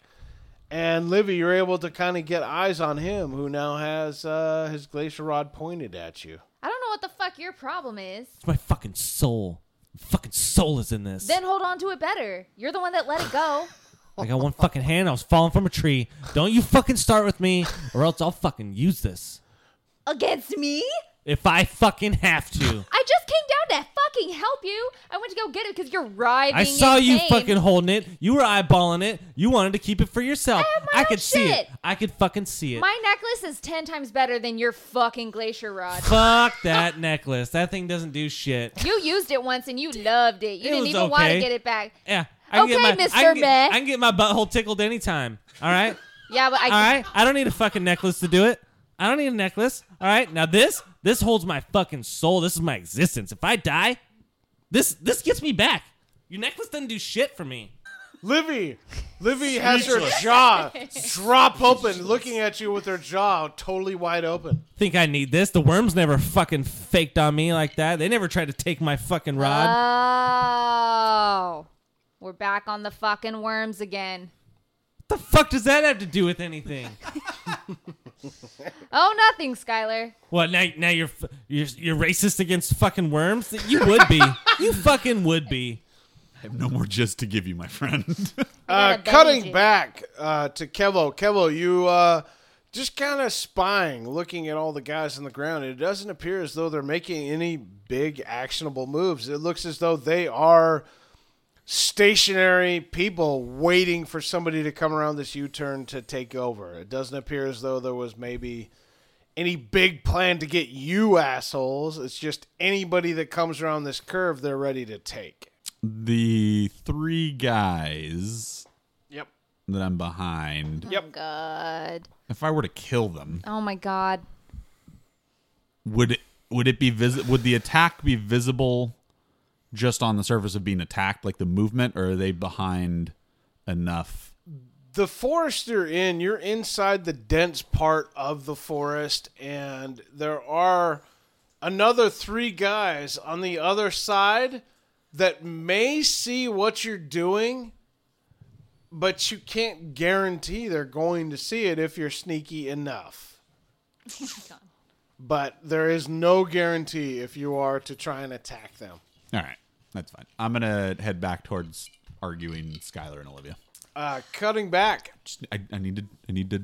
And Livy, you're able to kind of get eyes on him, who now has uh, his glacier rod pointed at you. I don't know what the fuck your problem is. It's my fucking soul. fucking soul is in this. Then hold on to it better. You're the one that let it go. I got one fucking hand. I was falling from a tree. Don't you fucking start with me, or else I'll fucking use this Against me? if I fucking have to. I just came down to fucking help you. I went to go get it because you're writhing. I saw in you pain. fucking holding it. You were eyeballing it. You wanted to keep it for yourself. I have my I own could see it. shit. I could fucking see it. My necklace is ten times better than your fucking glacier rod. Fuck that necklace. That thing doesn't do shit. You used it once and you loved it. You It didn't was even want to okay. get it back. Yeah. I can Okay, get my, I Mr. can, get, Meh. I can get my butthole tickled anytime. All right. Yeah, but I. All right. I don't need a fucking necklace to do it. I don't need a necklace. All right. Now this this holds my fucking soul. This is my existence. If I die, this this gets me back. Your necklace doesn't do shit for me. Livy, Livy has her jaw drop open, looking at you with her jaw totally wide open. Think I need this? The worms never fucking faked on me like that. They never tried to take my fucking rod. Uh. Oh, we're back on the fucking worms again. the fuck does that have to do with anything? Oh, nothing, Skylar. What now? Now you're f- you're you're racist against fucking worms? You would be. you fucking would be. I have no more jizz to give you, my friend. gotta Uh, bandage cutting it. back uh, to Kevo. Kevo, you uh, just kind of spying, looking at all the guys on the ground. It doesn't appear as though they're making any big actionable moves. It looks as though they are stationary people waiting for somebody to come around this U-turn to take over. It doesn't appear as though there was maybe any big plan to get you assholes. It's just anybody that comes around this curve, they're ready to take. the three guys Yep. that I'm behind. Yep. God. If I were to kill them, Oh my God. would it, would it be visi- would the attack be visible just on the surface of being attacked like the movement or are they behind enough the forest you're in, you're inside the dense part of the forest, and there are another three guys on the other side that may see what you're doing, but you can't guarantee they're going to see it if you're sneaky enough. but there is no guarantee if you are to try and attack them. all right that's fine i'm gonna head back towards arguing skylar and olivia Uh, cutting back, just, I, I need to i need to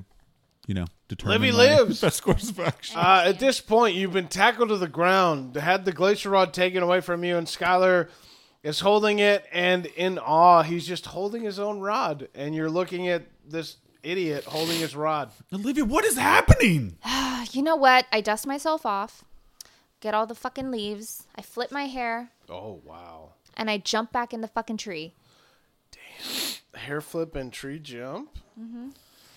you know determine Livy my lives. best course of action Uh, at this point, you've been tackled to the ground, had the glacier rod taken away from you, and Skylar is holding it, and in awe, he's just holding his own rod, and you're looking at this idiot holding his rod. olivia what is happening Uh, You know what? I dust myself off, get all the fucking leaves, I flip my hair, Oh, wow. and I jump back in the fucking tree. Hair flip and tree jump.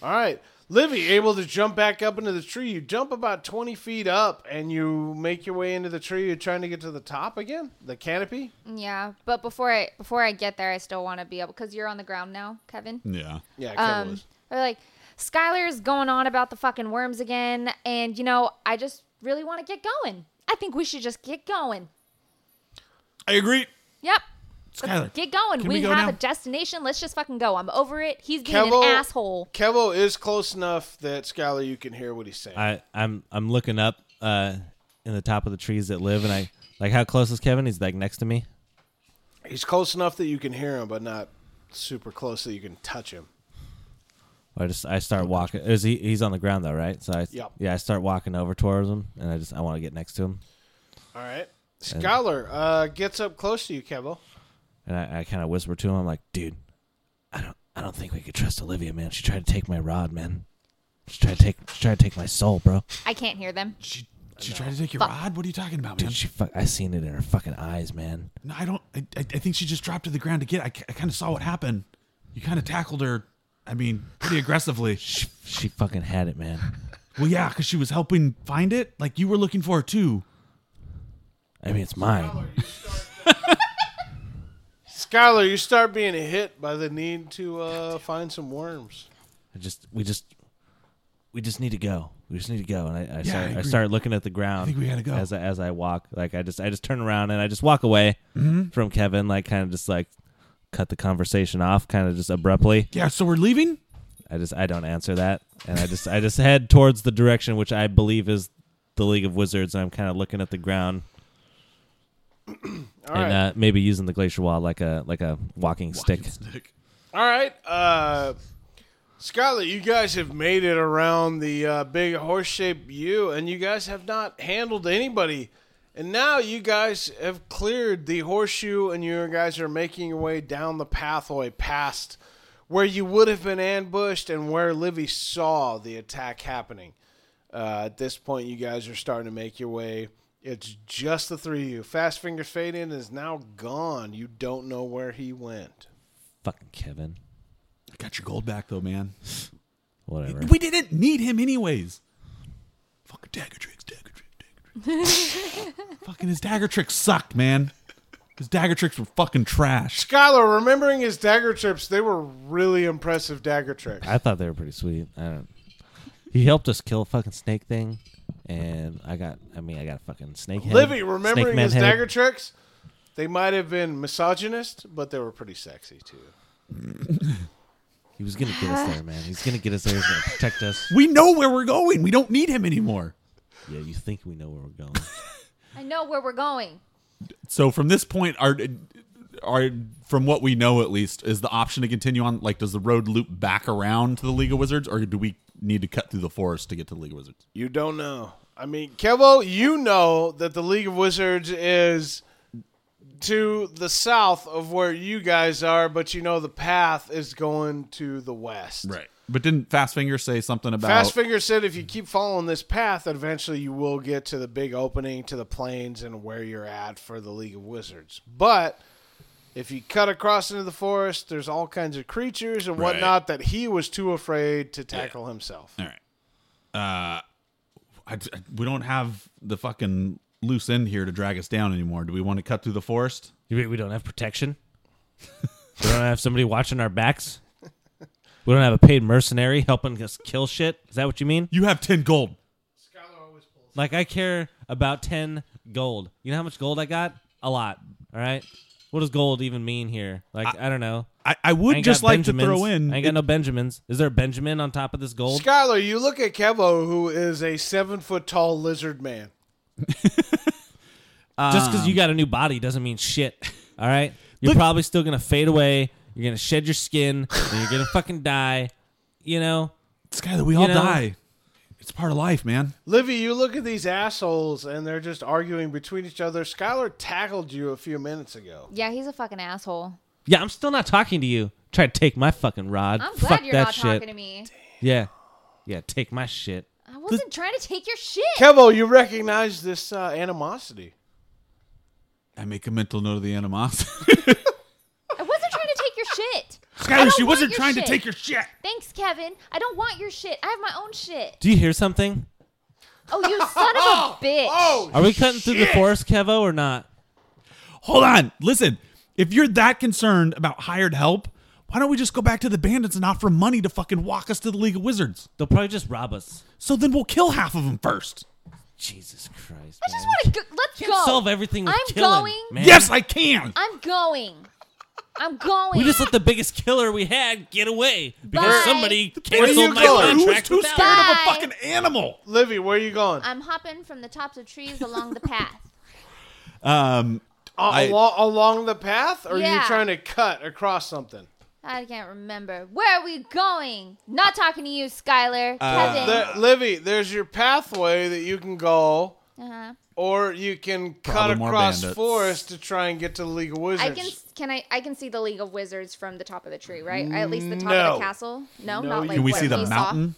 All right. Livy, able to jump back up into the tree. You jump about 20 feet up, and you make your way into the tree. You're trying to get to the top again, the canopy. Yeah, but before I before I get there, I still want to be able because you're on the ground now, Kevin. yeah Yeah, Kevin Um, was. they're like, Skylar's going on about the fucking worms again, and you know, I just really want to get going. I think we should just get going. i agree Yep. skylar Get going. Can we we go have now? a destination. Let's just fucking go. I'm over it. He's being Kevo- an asshole. Kevo is close enough that Skylar, you can hear what he's saying. I I'm I'm looking up uh in the top of the trees that live, and I like how close is Kevin? He's like next to me. He's close enough that you can hear him, but not super close that you can touch him. I just I start walking. Is he he's on the ground though, right? So I Yep. yeah I start walking over towards him, and I just I want to get next to him, All right. Scholar uh, gets up close to you, Kevo. and I, I kind of whisper to him. I'm like, dude, I don't I don't think we could trust Olivia, man. She tried to take my rod, man. She's trying to take, she's trying to take my soul, bro. I can't hear them. She she tried to take your Fuck. rod. What are you talking about, man? Dude, she fuck. I seen it in her fucking eyes, man. no, I don't. I, I I think she just dropped to the ground to get. I, ca- I kind of saw what happened. You kind of tackled her. I mean, pretty aggressively. She, she fucking had it, man. Well, yeah, because she was helping find it. Like you were looking for it too. I mean, it's mine. Skylar, you start being hit by the need to uh, find some worms. I just, we just, we just need to go. We just need to go. And I, I, Yeah, I start, I, agree. start looking at the ground. think we gotta go. as I, as I walk. Like I just, I just turn around and I just walk away Mm-hmm. from Kevin. Like kind of just like cut the conversation off, kind of just abruptly. Yeah. So we're leaving. I just, I don't answer that, and I just, I just head towards the direction which I believe is the League of Wizards. And I'm kind of looking at the ground. All and right. uh, maybe using the glacier wall like a like a walking, stick. All right. Uh, Skylar, you guys have made it around the uh, big horse shaped U, and you guys have not handled anybody. And now you guys have cleared the horseshoe, and you guys are making your way down the pathway past where you would have been ambushed and where Livy saw the attack happening. Uh, at this point, you guys are starting to make your way. It's just the three of you. Fast Fingers Fade In is now gone. You don't know where he went. Fucking Kevin, Got your gold back though, man. whatever. We didn't need him anyways. Fucking dagger tricks, dagger tricks, dagger tricks. fucking his dagger tricks sucked, man. His dagger tricks were fucking trash. Skylar, remembering his dagger trips, they were really impressive dagger tricks. I thought they were pretty sweet. I don't. He helped us kill a fucking snake thing, and I got. I mean, I got a fucking snake head. Livy, snake remembering man his head. dagger tricks, they might have been misogynist, but they were pretty sexy too. He was gonna get us there, man. He's gonna get us there. He's gonna protect us. We know where we're going. We don't need him anymore. Yeah, you think we know where we're going? I know where we're going. So from this point, our our from what we know at least is the option to continue on. Like, does the road loop back around to the League of Wizards, or do we need to cut through the forest to get to the League of Wizards? You don't know. I mean, Kevo, you know that the League of Wizards is to the south of where you guys are, but you know the path is going to the west. But didn't Fastfinger say something about Fast Finger said if you keep following this path, that eventually you will get to the big opening, to the plains, and where you're at for the League of Wizards. But if you cut across into the forest, there's all kinds of creatures and Right. whatnot that he was too afraid to tackle himself. All right. Uh, I, I- we don't have the fucking loose end here to drag us down anymore. Do we want to cut through the forest? You mean we don't have protection? we don't have somebody watching our backs. We don't have a paid mercenary helping us kill shit. Is that what you mean? You have ten gold. Like I care about ten gold. You know how much gold I got? A lot. All right. What does gold even mean here? Like I, don't know. I, I I would ain't just got like Benjamins. to throw in. I ain't got no Benjamins. Is there a Benjamin on top of this gold? Skylar, you look at Kevo, who is a seven foot tall lizard man. Just because you got a new body doesn't mean shit. All right. You're probably still gonna fade away. You're gonna shed your skin. and you're gonna fucking die. You know. Skylar, we all know- die. It's part of life, man. Livy, you look at these assholes and they're just arguing between each other. Skylar tackled you a few minutes ago. Yeah, he's a fucking asshole. Yeah, I'm still not talking to you. Try to take my fucking rod. I'm glad Fuck you're that not shit. talking to me. Yeah. Yeah. Take my shit. I wasn't trying to take your shit. Kevo, you recognize this uh, animosity. I make a mental note of the animosity. I wasn't trying to take your shit. I Skylar, don't she want wasn't your trying shit. to take your shit. Thanks, Kevin. I don't want your shit. I have my own shit. Do you hear something? Oh, you son of a bitch. Oh, Are we cutting through the forest, Kevo, or not? Hold on. Listen, if you're that concerned about hired help, why don't we just go back to the bandits and offer 'em money to fucking walk us to the League of Wizards? They'll probably just rob us. So then we'll kill half of them first. Jesus Christ. I just want to go. Let's can't go. solve everything with I'm killing, going. man. Yes, I can. I'm going. I'm going. We just let the biggest killer we had get away because Bye. somebody you canceled my going? Who was contract. too without scared of a Bye. fucking animal? Livy, where are you going? I'm hopping from the tops of trees along the path. Um, A- I- along, along the path, or are you Yeah. trying to cut across something? I can't remember. Where are we going? Not talking to you, Skylar. Kevin. There- Livy, there's your pathway that you can go, uh-huh. or you can cut Probably more across bandits. forest to try and get to the League of Wizards. I can can I I can see the League of Wizards from the top of the tree, right? At least the top No. of the castle. No, No, not you like can we what see the we saw. mountain?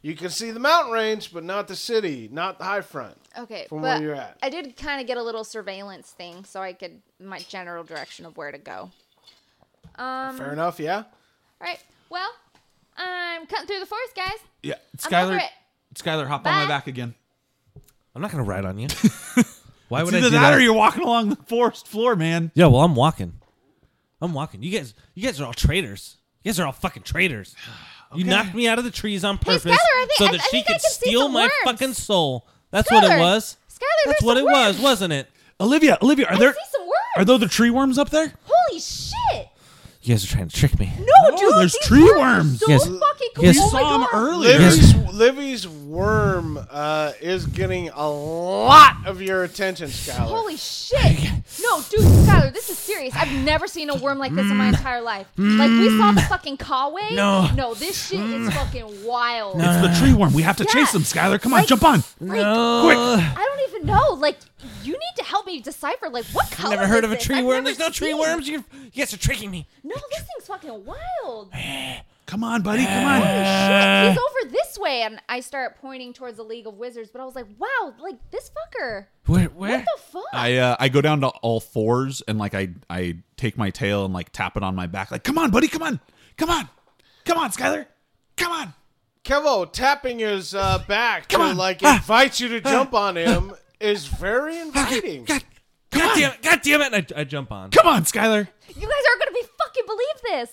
You can see the mountain range, but not the city, not the high front. Okay, From but where you're at. I did kind of get a little surveillance thing, so I could my general direction of where to go. Um. Fair enough, yeah? All right. Well, I'm cutting through the forest, guys. Yeah, I'm over Skylar. it. Skylar, hop on Bye. my back again. I'm not gonna ride on you. Why would I Either do that, that? or you're walking along the forest floor, man. yeah, well, I'm walking. I'm walking. You guys, you guys are all traitors. You guys are all fucking traitors. You knocked me out of the trees on purpose Skylar, I think- so I- that I she think I could can see steal some my worms. fucking soul. That's what Skylar, it was. Skylar, That's there's what it some was, worms. wasn't it? Olivia, Olivia, are I there see some are worms. those the tree worms up there? Holy shit! You guys are trying to trick me. No, No, dude, there's these tree are worms. So Yes. fucking cool. Yes. Oh You my saw 'em God. earlier. Livy's, Livy's worm uh, is getting a lot of your attention, Skylar. Holy shit! No, dude, Skylar, this is serious. I've never seen a worm like this in Mm. my entire life. Like we saw the fucking Conway. No. no, this shit is fucking wild. It's the tree worm. We have to Yeah. chase them, Skylar. Come on, Like- jump on. Like, Quick! I don't even know. Like, you need to help me decipher. Like, what color? Never heard is of a this? tree I've never worm. There's no tree seen- worms. You, you guys are tricking me. No, this thing's fucking wild. Come on, buddy. Come on. Shit, he's over this way, and I start pointing towards the League of Wizards. But I was like, wow, like this fucker. Where? Where? What the fuck? I uh, I go down to all fours and like I I take my tail and like tap it on my back. Like, come on, buddy. Come on. Come on. Come on, Skylar. Come on. Kevo tapping his uh, back to Come on. like Ah. invite you to jump on him is very inviting. God, come God on. damn it! God damn it! And I, I jump on. Come on, Skylar. you guys aren't gonna be fucking believe this.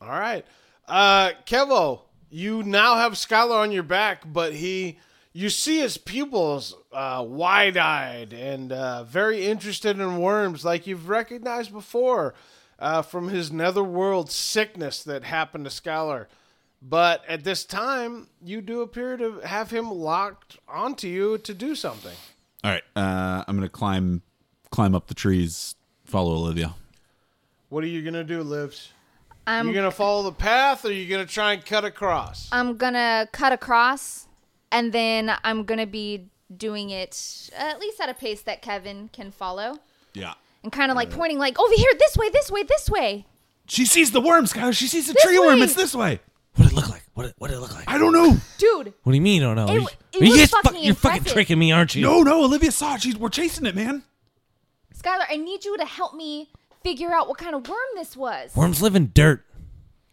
All right. Uh, Kevo, you now have Skylar on your back, but he, you see his pupils uh, wide eyed and uh, very interested in worms, like you've recognized before uh, from his netherworld sickness that happened to Skylar. But at this time, you do appear to have him locked onto you to do something. All right. Uh, I'm gonna climb climb up the trees. Follow Olivia. What are you gonna do, Livs? I'm you gonna follow the path, or you gonna try and cut across? I'm gonna cut across, and then I'm gonna be doing it uh, at least at a pace that Kevin can follow, Yeah. and kind of like pointing like over here, this way, this way, this way. She sees the worm, Skylar. She sees the This tree worm. way. It's this way. What did it look like? What did, what did it look like? I don't know. Dude, What do you mean? I don't know. It you, w- it was guys fucking you're fucking impressive. tricking me, aren't you? No, no. Olivia saw it. She's we're chasing it, man. Skylar, I need you to help me figure out what kind of worm this was. Worms live in dirt.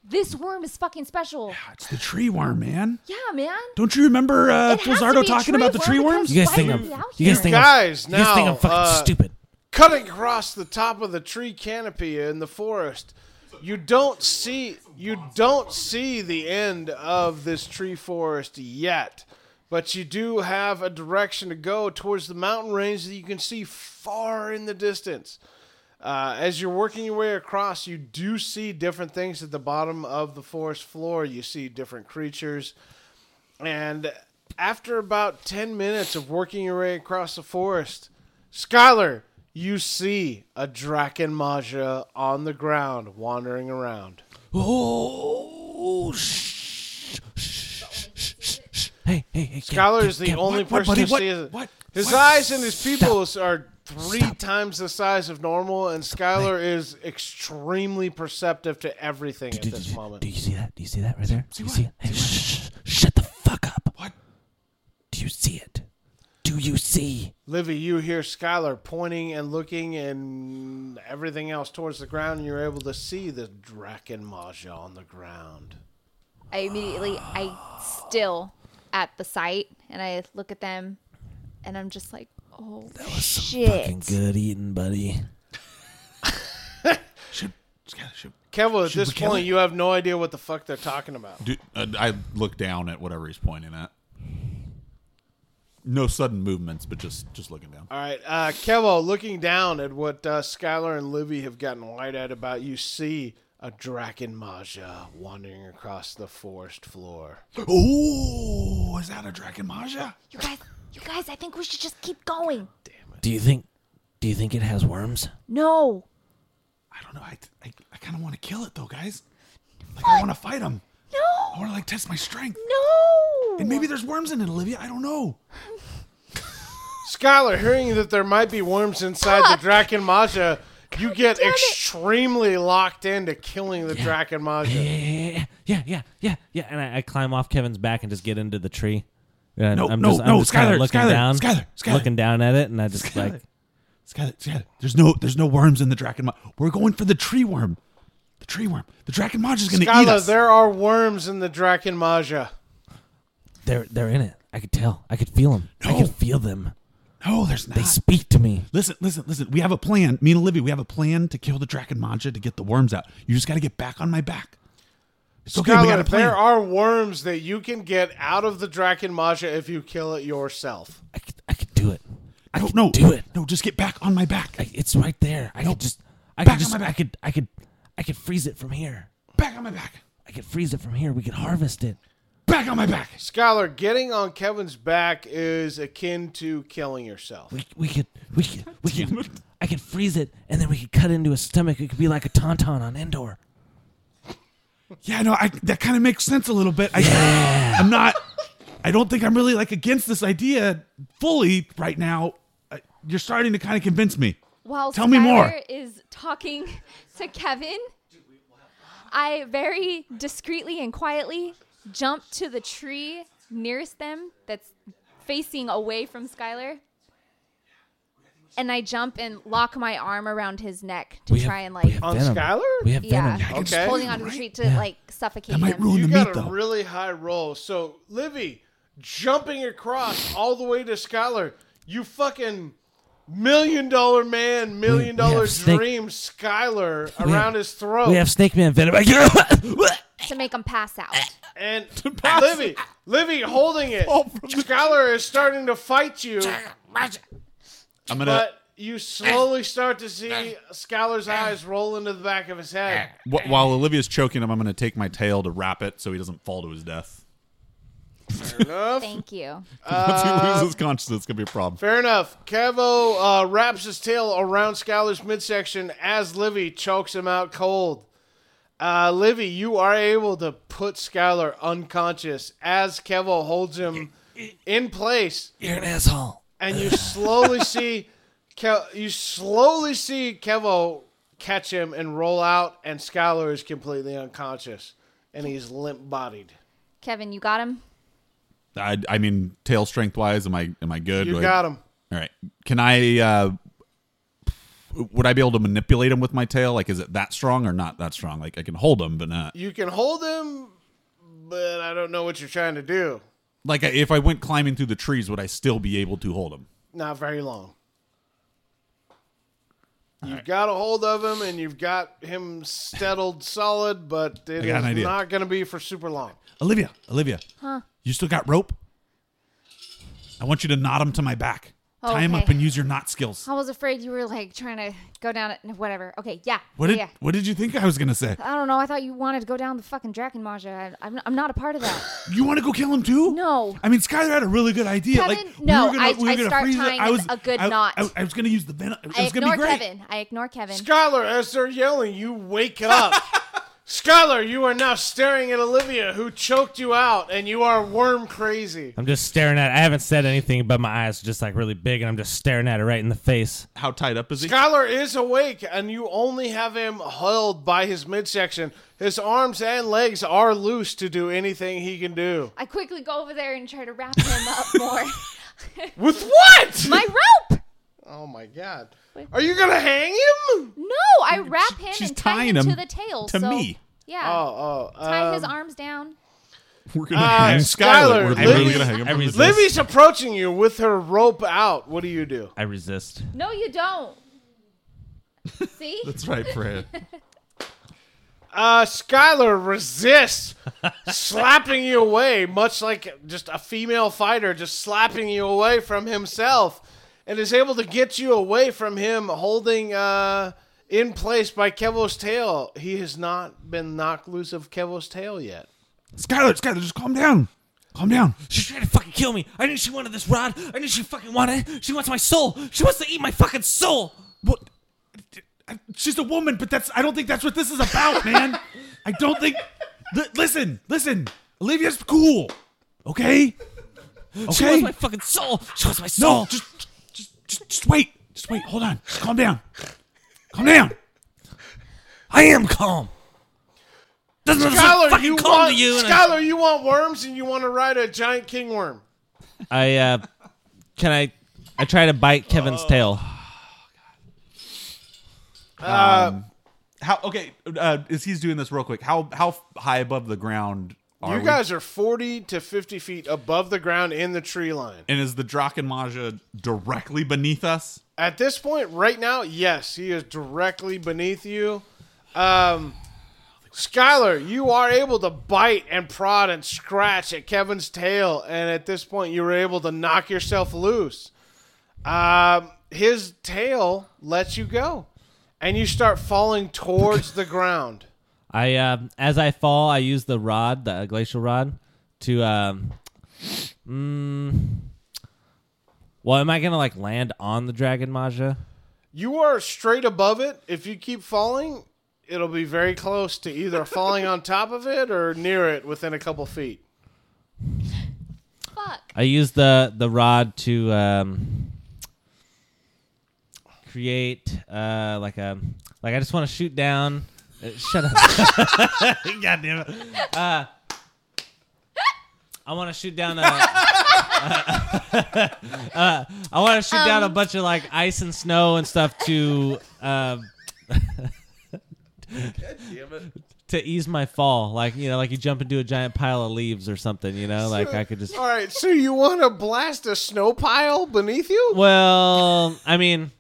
This worm is fucking special. It's the tree worm, man. Yeah, man. Don't you remember uh, It has to Frizardo be a talking tree about the worm tree because- worms? You guys Why think would I'm? it be out You guys there? think Guys, I'm? you guys think I'm now, fucking uh, stupid? Cutting across the top of the tree canopy in the forest, you don't see you don't see the end of this tree forest yet, but you do have a direction to go towards the mountain range that you can see far in the distance. Uh, as you're working your way across, you do see different things at the bottom of the forest floor. You see different creatures. And after about 10 minutes of working your way across the forest, Skylar, you see a Draken Maja on the ground wandering around. Oh, shh. shh, shh, shh, shh. Hey, hey, hey. Kev, Skylar Kev, is the Kev, only what- what, person buddy, who what- sees it. what- His what? eyes and his Stop. pupils are three Stop. times the size of normal, and Skylar is extremely perceptive to everything at Do, do, this do- moment. do you see that? Do you see that right there? See you what? see it? Hey, shh, shut the fuck up. What? Do you see it? Do you see? Livy, you hear Skylar pointing and looking and everything else towards the ground, and you're able to see the Draken Maja on the ground. I immediately, I still at the site, and I look at them, and I'm just like, oh Fucking shit. good eating, buddy. Shoot, Skylar, shoot. Kevin, at Should this we kill point, it? you have no idea what the fuck they're talking about. Dude, uh, I look down at whatever he's pointing at. No sudden movements, but just just looking down. All right, uh, Kevo, looking down at what uh, Skylar and Livy have gotten wide eyed about, you see a Draken Maja wandering across the forest floor. Oh, is that a Dragon Maja? You guys, you guys, I think we should just keep going. Do you think? Do you think it has worms? No, I don't know. I I, I kind of want to kill it though, guys. Like I want to fight him. I no, want to like test my strength. no. And maybe there's worms in it, Olivia. I don't know. Skylar, hearing that there might be worms inside the Draken Maja, you get damn it. extremely locked into killing the Draken Maja. Eh, yeah, yeah, yeah, yeah. And I, I climb off Kevin's back and just get into the tree. And No, I'm no, just, I'm no, just kinda Skylar, looking Skylar, down, Skylar, Skylar. looking down at it, and I just Skylar. like, Skylar, Skylar, there's no there's no worms in the Drakenmod. We're going for the tree worm. The tree worm. The Drakenmod is going to eat Skyla, us. there are worms in the Draken Maja. they're they're in it. I could tell. I could feel them. I No. could feel them. No, there's not. They speak to me. Listen, listen, listen. We have a plan. Me and Olivia, we have a plan to kill the Draken Maja to get the worms out. You just got to get back on my back. It's okay. we got a Skyla, plan. there are worms that you can get out of the Draken Maja if you kill it yourself. I could, I could do it. I no, could no, do it. No, just get back on my back. I, it's right there. I could just, I Back could on just, my back. I could, I could, I could freeze it from here. back on my back. I could freeze it from here. We could harvest it. Back on my back. Skylar, getting on Kevin's back is akin to killing yourself. We, we could, we could, we could, I could freeze it, and then we could cut into his stomach. It could be like a tauntaun on Endor. Yeah, no, I, that kind of makes sense a little bit. I, I'm not. I don't think I'm really like against this idea fully right now. Uh, You're starting to kind of convince me. While Tell me more. Skylar is talking to Kevin, I very discreetly and quietly jump to the tree nearest them that's facing away from Skylar. And I jump and lock my arm around his neck to We try have, and we like, have On venom. Skylar? We have yeah, venom. can Okay. holding sting onto him, the right? tree to like suffocate That might him. ruin You the got meat, a though. really high roll. So, Livy, jumping across all the way to Skylar, you fucking million dollar man, million we dollar have snake- dream Skylar We have- around his throat. We have snake man venom. to make him pass out. Eh. and pass- Livy, Livy holding it. Skylar is starting to fight you, I'm gonna. but you slowly start to see Skylar's eyes roll into the back of his head. wh- while Olivia's choking him, I'm gonna take my tail to wrap it so he doesn't fall to his death. Thank you. Once he Uh, loses his consciousness, it's gonna be a problem. Fair enough. Kevo uh, wraps his tail around Skylar's midsection as Livy chokes him out cold. Uh, Livy, you are able to put Skylar unconscious as Kevo holds him in place You're an asshole. and you slowly see Kev- you slowly see Kevo catch him and roll out, and Skylar is completely unconscious, and he's limp bodied. Kevin, you got him? I, I mean, tail strength wise, am I am I good? You Do I- got him. All right. Can I? uh Would I be able to manipulate him with my tail? Like, is it that strong or not that strong? Like, I can hold him, but not You can hold him, but I don't know what you're trying to do. like if I went climbing through the trees, would I still be able to hold him? Not very long. You've got a hold of him, and you've got him settled solid, but it I got an is idea. not going to be for super long. Olivia, Olivia, huh? You still got rope? I want you to knot him to my back. Tie him Okay. up and use your knot skills. I was afraid you were like trying to go down it. Whatever. Okay, yeah. What did yeah. What did you think I was gonna say? I don't know. I thought you wanted to go down the fucking Draken Maja. I, I'm, I'm not a part of that. You want to go kill him too? No. I mean, Skylar had a really good idea. Kevin, like, we no, were gonna, I- we were I gonna start freeze it. tying I was a good I, knot. I, I was gonna use the venom. It I was gonna ignore be great. Kevin. I ignore Kevin. Skylar, as they're yelling, you wake up. Skylar, you are now staring at Olivia, who choked you out, and you are worm crazy. I'm just staring at. I haven't said anything, but my eyes are just like really big, and I'm just staring at it right in the face. How tied up is he? Skylar is awake, and you only have him held by his midsection. His arms and legs are loose to do anything he can do. I quickly go over there and try to wrap him up more. With what? My rope! oh my god. Are you gonna hang him? No, I wrap him she's and tie tying him, to him the tail. to so, me. Yeah. Oh, oh. tie his um, arms down. We're Uh, gonna hang Skylar, Skylar. We're Libby- literally gonna hang him. I from his- resist. Livy's approaching you with her rope out. What do you do? I resist. No, you don't. See? That's right, Fred. Uh, Skylar resists slapping you away, much like just a female fighter just slapping you away from himself, and is able to get you away from him holding uh, in place by Kevo's tail. He has not been knocked loose of Kevo's tail yet. Skylar, Skylar, just calm down. Calm down. She's trying to fucking kill me. I knew she wanted this rod. I knew she fucking wanted it. She wants my soul. She wants to eat my fucking soul. What? She's a woman, but that's I don't think that's what this is about, man. I don't think. Li- listen, listen. Olivia's cool, okay? She wants Okay. my fucking soul. She wants my soul. No, just, just, just, just wait. Just wait. Hold on. Just calm down. Calm down. I am calm. Doesn't this Skylar, fucking you call want to you? And I, Skylar, you want worms and you want to ride a giant king worm. I uh, can I? I try to bite Kevin's tail. How okay? Uh, is he's doing this real quick? How how high above the ground are you we? guys are 40 to 50 feet above the ground in the tree line. And is the Drakenmaja directly beneath us? At this point, right now, yes, he is directly beneath you. Um, Skylar, you are able to bite and prod and scratch at Kevin's tail, and at this point, you were able to knock yourself loose. Um, his tail lets you go, and you start falling towards the ground. I uh, as I fall, I use the rod, the glacial rod, to um, mm, well, am I gonna like land on the dragon Maja? You are straight above it. If you keep falling, it'll be very close to either falling on top of it or near it within a couple feet. Fuck. I use the the rod to um, create uh, like a like I just want to shoot down. Uh, shut up! God damn it! Uh, I want to shoot down a. uh, I want to shoot down a bunch of like ice and snow and stuff to um, to ease my fall. Like you know, like you jump into a giant pile of leaves or something. You know, like I could just All right, so you want to blast a snow pile beneath you? Well, I mean,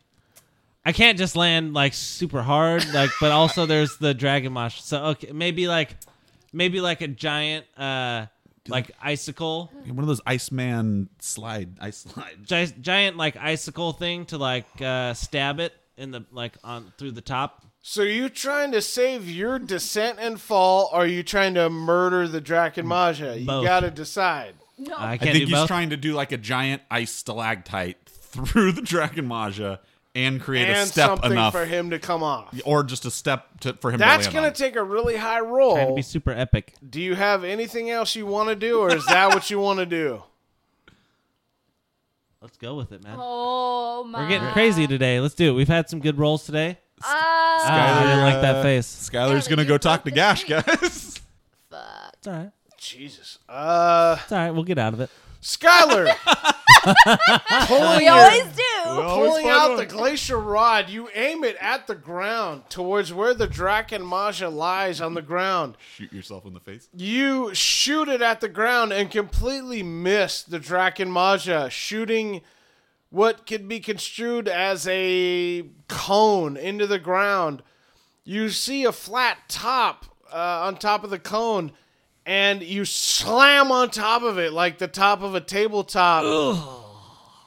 I can't just land like super hard, like, but also there's the dragon mosh. So okay, maybe like, maybe like a giant, uh, like icicle, One of those Iceman slide, ice slide. gi- giant like icicle thing to like uh, stab it in the like on through the top. So are you trying to save your descent and fall, or are you trying to murder the Drakenmaja? You Both. got to decide. No. I I can't think do he's both. trying to do like a giant ice stalactite through the Drakenmaja and create a And step something enough, for him to come off. or just a step to, for him. to That's land going on. to take a really high trying to roll. be super epic. Do you have anything else you want to do, or is that what you want to do? Let's go with it, man. Oh my. We're getting crazy today. Let's do it. We've had some good rolls today. Oh, Ah, I didn't Skylar, like that uh, face. Skylar's gonna go talk to Gash, guys. It's all right. Jesus. Uh, It's all right. We'll get out of it. Skylar, pulling we your- always do. always pulling find out one. the glacier rod, you aim it at the ground towards where the Drakenmaja lies on the ground. Shoot yourself in the face. You shoot it at the ground and completely miss the Drakenmaja, shooting what could be construed as a cone into the ground. You see a flat top uh, on top of the cone, and you slam on top of it like the top of a tabletop.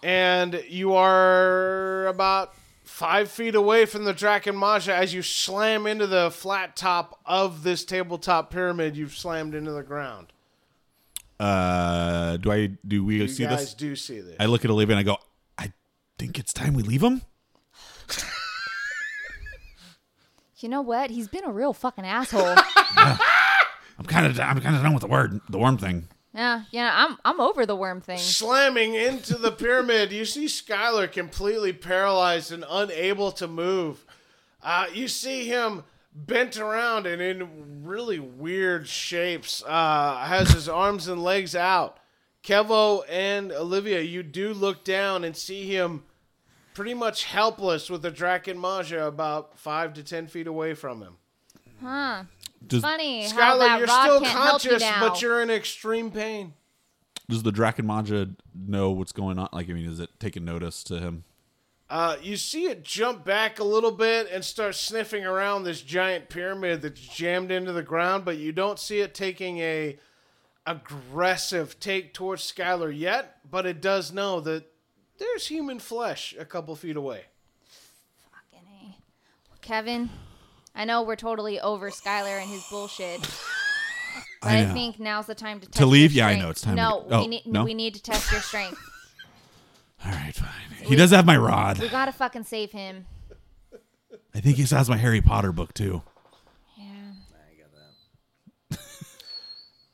And you are about five feet away from the Drakenmaja as you slam into the flat top of this tabletop pyramid you've slammed into the ground. Uh, do I? Do we You see guys this? do see this. I look at Olivia and I go, I think it's time we leave him. You know what? He's been a real fucking asshole. I'm kind of I'm kind of done with the word the worm thing. yeah, yeah. I'm I'm over the worm thing. slamming into the pyramid. You see Skylar completely paralyzed and unable to move. Uh, you see him bent around and in really weird shapes, uh, has his arms and legs out. Kevo and Olivia, you do look down and see him pretty much helpless with the Draken Maja about five to ten feet away from him. Huh. Does Funny how Skylar, that you're rod still can't help you conscious, now. but you're in extreme pain. does the Drakenmaja know what's going on? Like, I mean, is it taking notice to him? Uh, you see it jump back a little bit and start sniffing around this giant pyramid that's jammed into the ground, but you don't see it taking a aggressive take towards Skylar yet. But it does know that there's human flesh a couple feet away. Fucking A. Kevin, I know we're totally over Skylar and his bullshit. But I, know. think now's the time to test leave? Your Yeah, I strength. know. It's time to No, go- oh, we need no? we need to test your strength. All right, fine. He does have my rod. we gotta fucking save him. I think he has my Harry Potter book too. Yeah.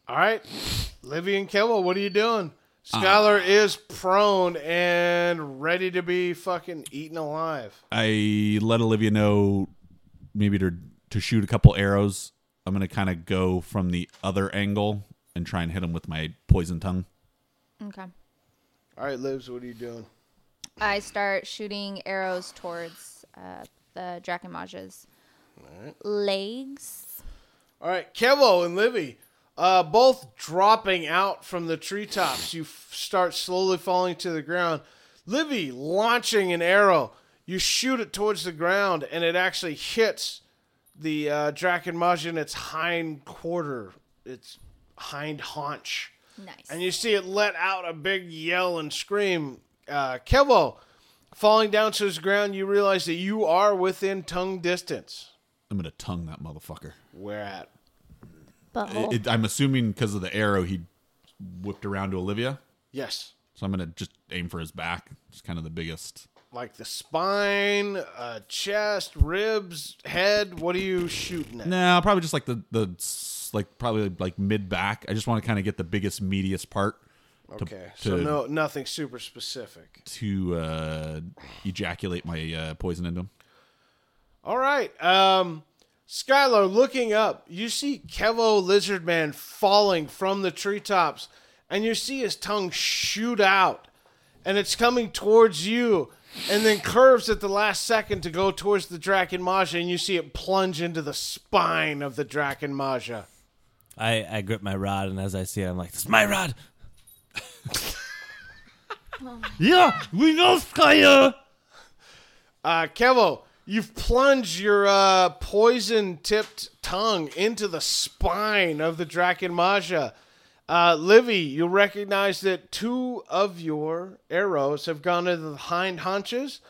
All right, Livy and Kevo, what are you doing? Skylar is prone and ready to be fucking eaten alive. I let Olivia know maybe to to shoot a couple arrows I'm gonna kind of go from the other angle and try and hit him with my poison tongue. Okay. All right, Libs, what are you doing? I start shooting arrows towards uh, the Dracomaja's legs. All right, Kevo and Livy, uh, both dropping out from the treetops. You f- start slowly falling to the ground. Livy launching an arrow. You shoot it towards the ground, and it actually hits the uh, Drakenmaj in its hind quarter, its hind haunch. Nice. And you see it let out a big yell and scream. Uh, Kevo, falling down to his ground, you realize that you are within tongue distance. I'm gonna tongue that motherfucker. Where at? Butthole. It, I'm assuming because of the arrow he whipped around to Olivia. Yes. So I'm gonna just aim for his back. It's kind of the biggest. Like the spine, uh, chest, ribs, head. What are you shooting at? No, probably just like the the s- like probably like mid back. I just want to kind of get the biggest meatiest part to- Okay. to, so no, nothing super specific. to uh, ejaculate my uh, poison into him. All right. Um, Skylar, looking up, you see Kevo Lizard Man falling from the treetops, and you see his tongue shoot out, and it's coming towards you, and then curves at the last second to go towards the Draken Maja, and you see it plunge into the spine of the Draken Maja. I, I grip my rod, and as I see it, I'm like, "This is my rod." yeah, we know Skyer. Uh, Kevo, you've plunged your uh, poison tipped tongue into the spine of the Draken Maja. Uh, Livy, you recognize that two of your arrows have gone into the hind haunches,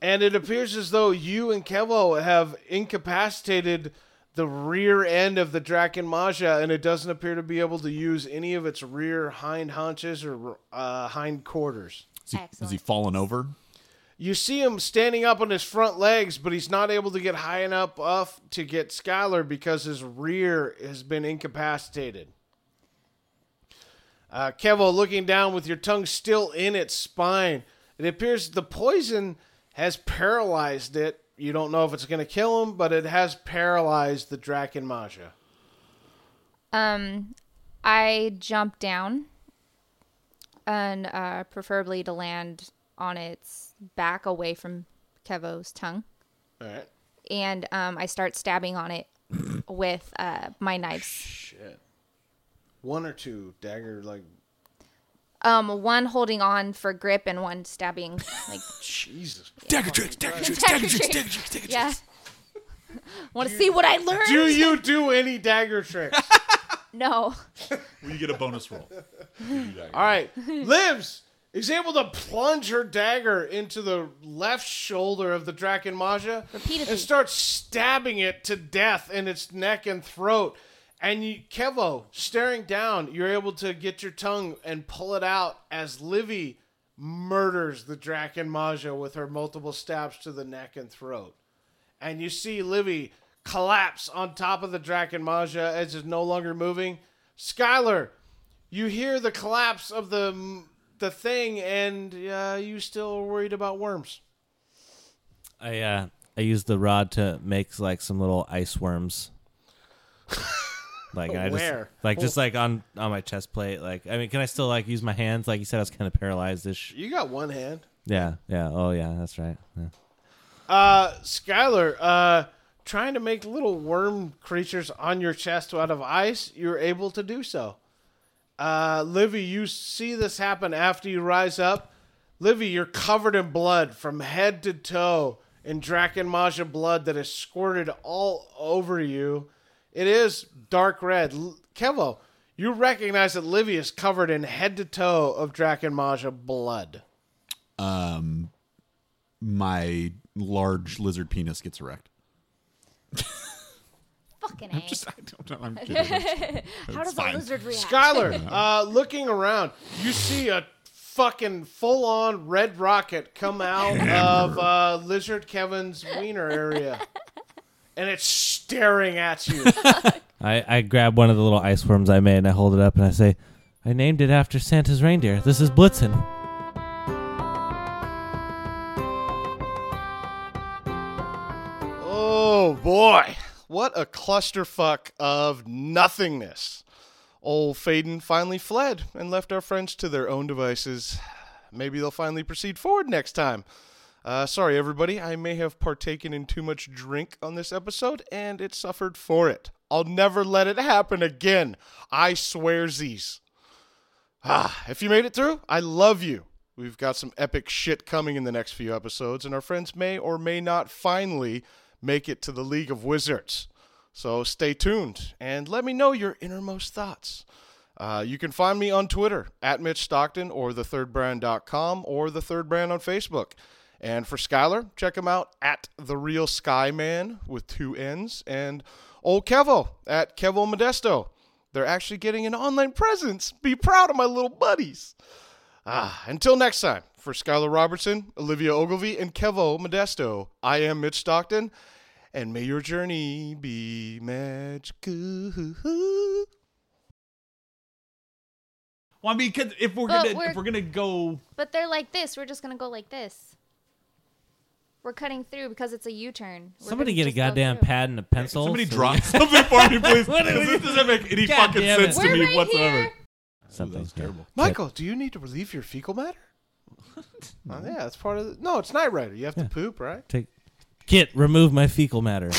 and it appears as though you and Kevo have incapacitated the rear end of the Draken Maja, and it doesn't appear to be able to use any of its rear hind haunches or uh, hind quarters. Is he, is he Excellent. fallen over? You see him standing up on his front legs, but he's not able to get high enough up to get Skylar because his rear has been incapacitated. Uh, Kevo, looking down with your tongue still in its spine, it appears the poison has paralyzed it. You don't know if it's going to kill him, but it has paralyzed the Draken Maja. Um, I jump down, and uh, preferably to land on its back, away from Kevo's tongue, All right. and um, I start stabbing on it with uh, my knives. Shit. One or two dagger, like, Um, one holding on for grip, and one stabbing like Jesus. Dagger tricks, dagger tricks, dagger tricks, dagger tricks, dagger yeah. Want to see what I learned? Do you do any dagger tricks? No. You get a bonus roll. All right. Lives is able to plunge her dagger into the left shoulder of the Draken Maja Repeatedly. and starts stabbing it to death in its neck and throat. And you, Kevo, staring down, you're able to get your tongue and pull it out as Livy murders the Draken Maja with her multiple stabs to the neck and throat. And you see Livy collapse on top of the Draken Maja as it's no longer moving. Skylar, you hear the collapse of the the thing, and uh, you still are worried about worms. I uh, I used the rod to make like some little ice worms. like I just Where? like just like on on my chest plate. Like I mean, can I still like use my hands? Like you said, I was kind of paralyzed ish. You got one hand. Yeah, yeah. Oh yeah, that's right. Yeah. Uh, Skylar, uh, trying to make little worm creatures on your chest out of ice, you're able to do so. Uh, Livy, you see this happen after you rise up. Livy, you're covered in blood from head to toe in Draken Maja blood that is squirted all over you. It is dark red. L- Kevo, you recognize that Livy is covered in head to toe of Draken Maja blood. Um, my large lizard penis gets erect. Fucking A. Just I don't know. I'm kidding. How does fine. a lizard react? Skylar, uh, looking around, you see a fucking full on red rocket come out of uh, Lizard Kevin's wiener area. And it's staring at you. I I grab one of the little ice worms I made and I hold it up and I say, I named it after Santa's reindeer. This is Blitzen. oh boy. What a clusterfuck of nothingness. Old Faden finally fled and left our friends to their own devices. Maybe they'll finally proceed forward next time. Uh, sorry, everybody. I may have partaken in too much drink on this episode, and it suffered for it. I'll never let it happen again. I swear, Z's. Ah, if you made it through, I love you. We've got some epic shit coming in the next few episodes, and our friends may or may not finally make it to the League of Wizards. So stay tuned and let me know your innermost thoughts. Uh, you can find me on Twitter at Mitch Stockton or thethirdbrand.com or the third brand on Facebook. And for Skylar, check him out at the Real Skyman with two N's and old Kevo at Kevo Modesto. They're actually getting an online presence. Be proud of my little buddies. Ah, until next time, for Skylar Robertson, Olivia Ogilvy, and Kevo Modesto, I am Mitch Stockton, and may your journey be magical. Well, I mean, 'cause if we're But gonna we're- if we're gonna go, But they're like this. We're just gonna go like this. We're cutting through because it's a U-turn. We're Somebody gonna get a just go goddamn through. pad and a pencil. somebody so drop something for me, please. What are 'cause we- this doesn't make any God fucking damn it. sense to We're me right whatsoever. here. Something's terrible. Michael, do you need to relieve your fecal matter? Uh, yeah, that's part of the. No, it's Night Rider. You have to poop, right? Take, get remove my fecal matter.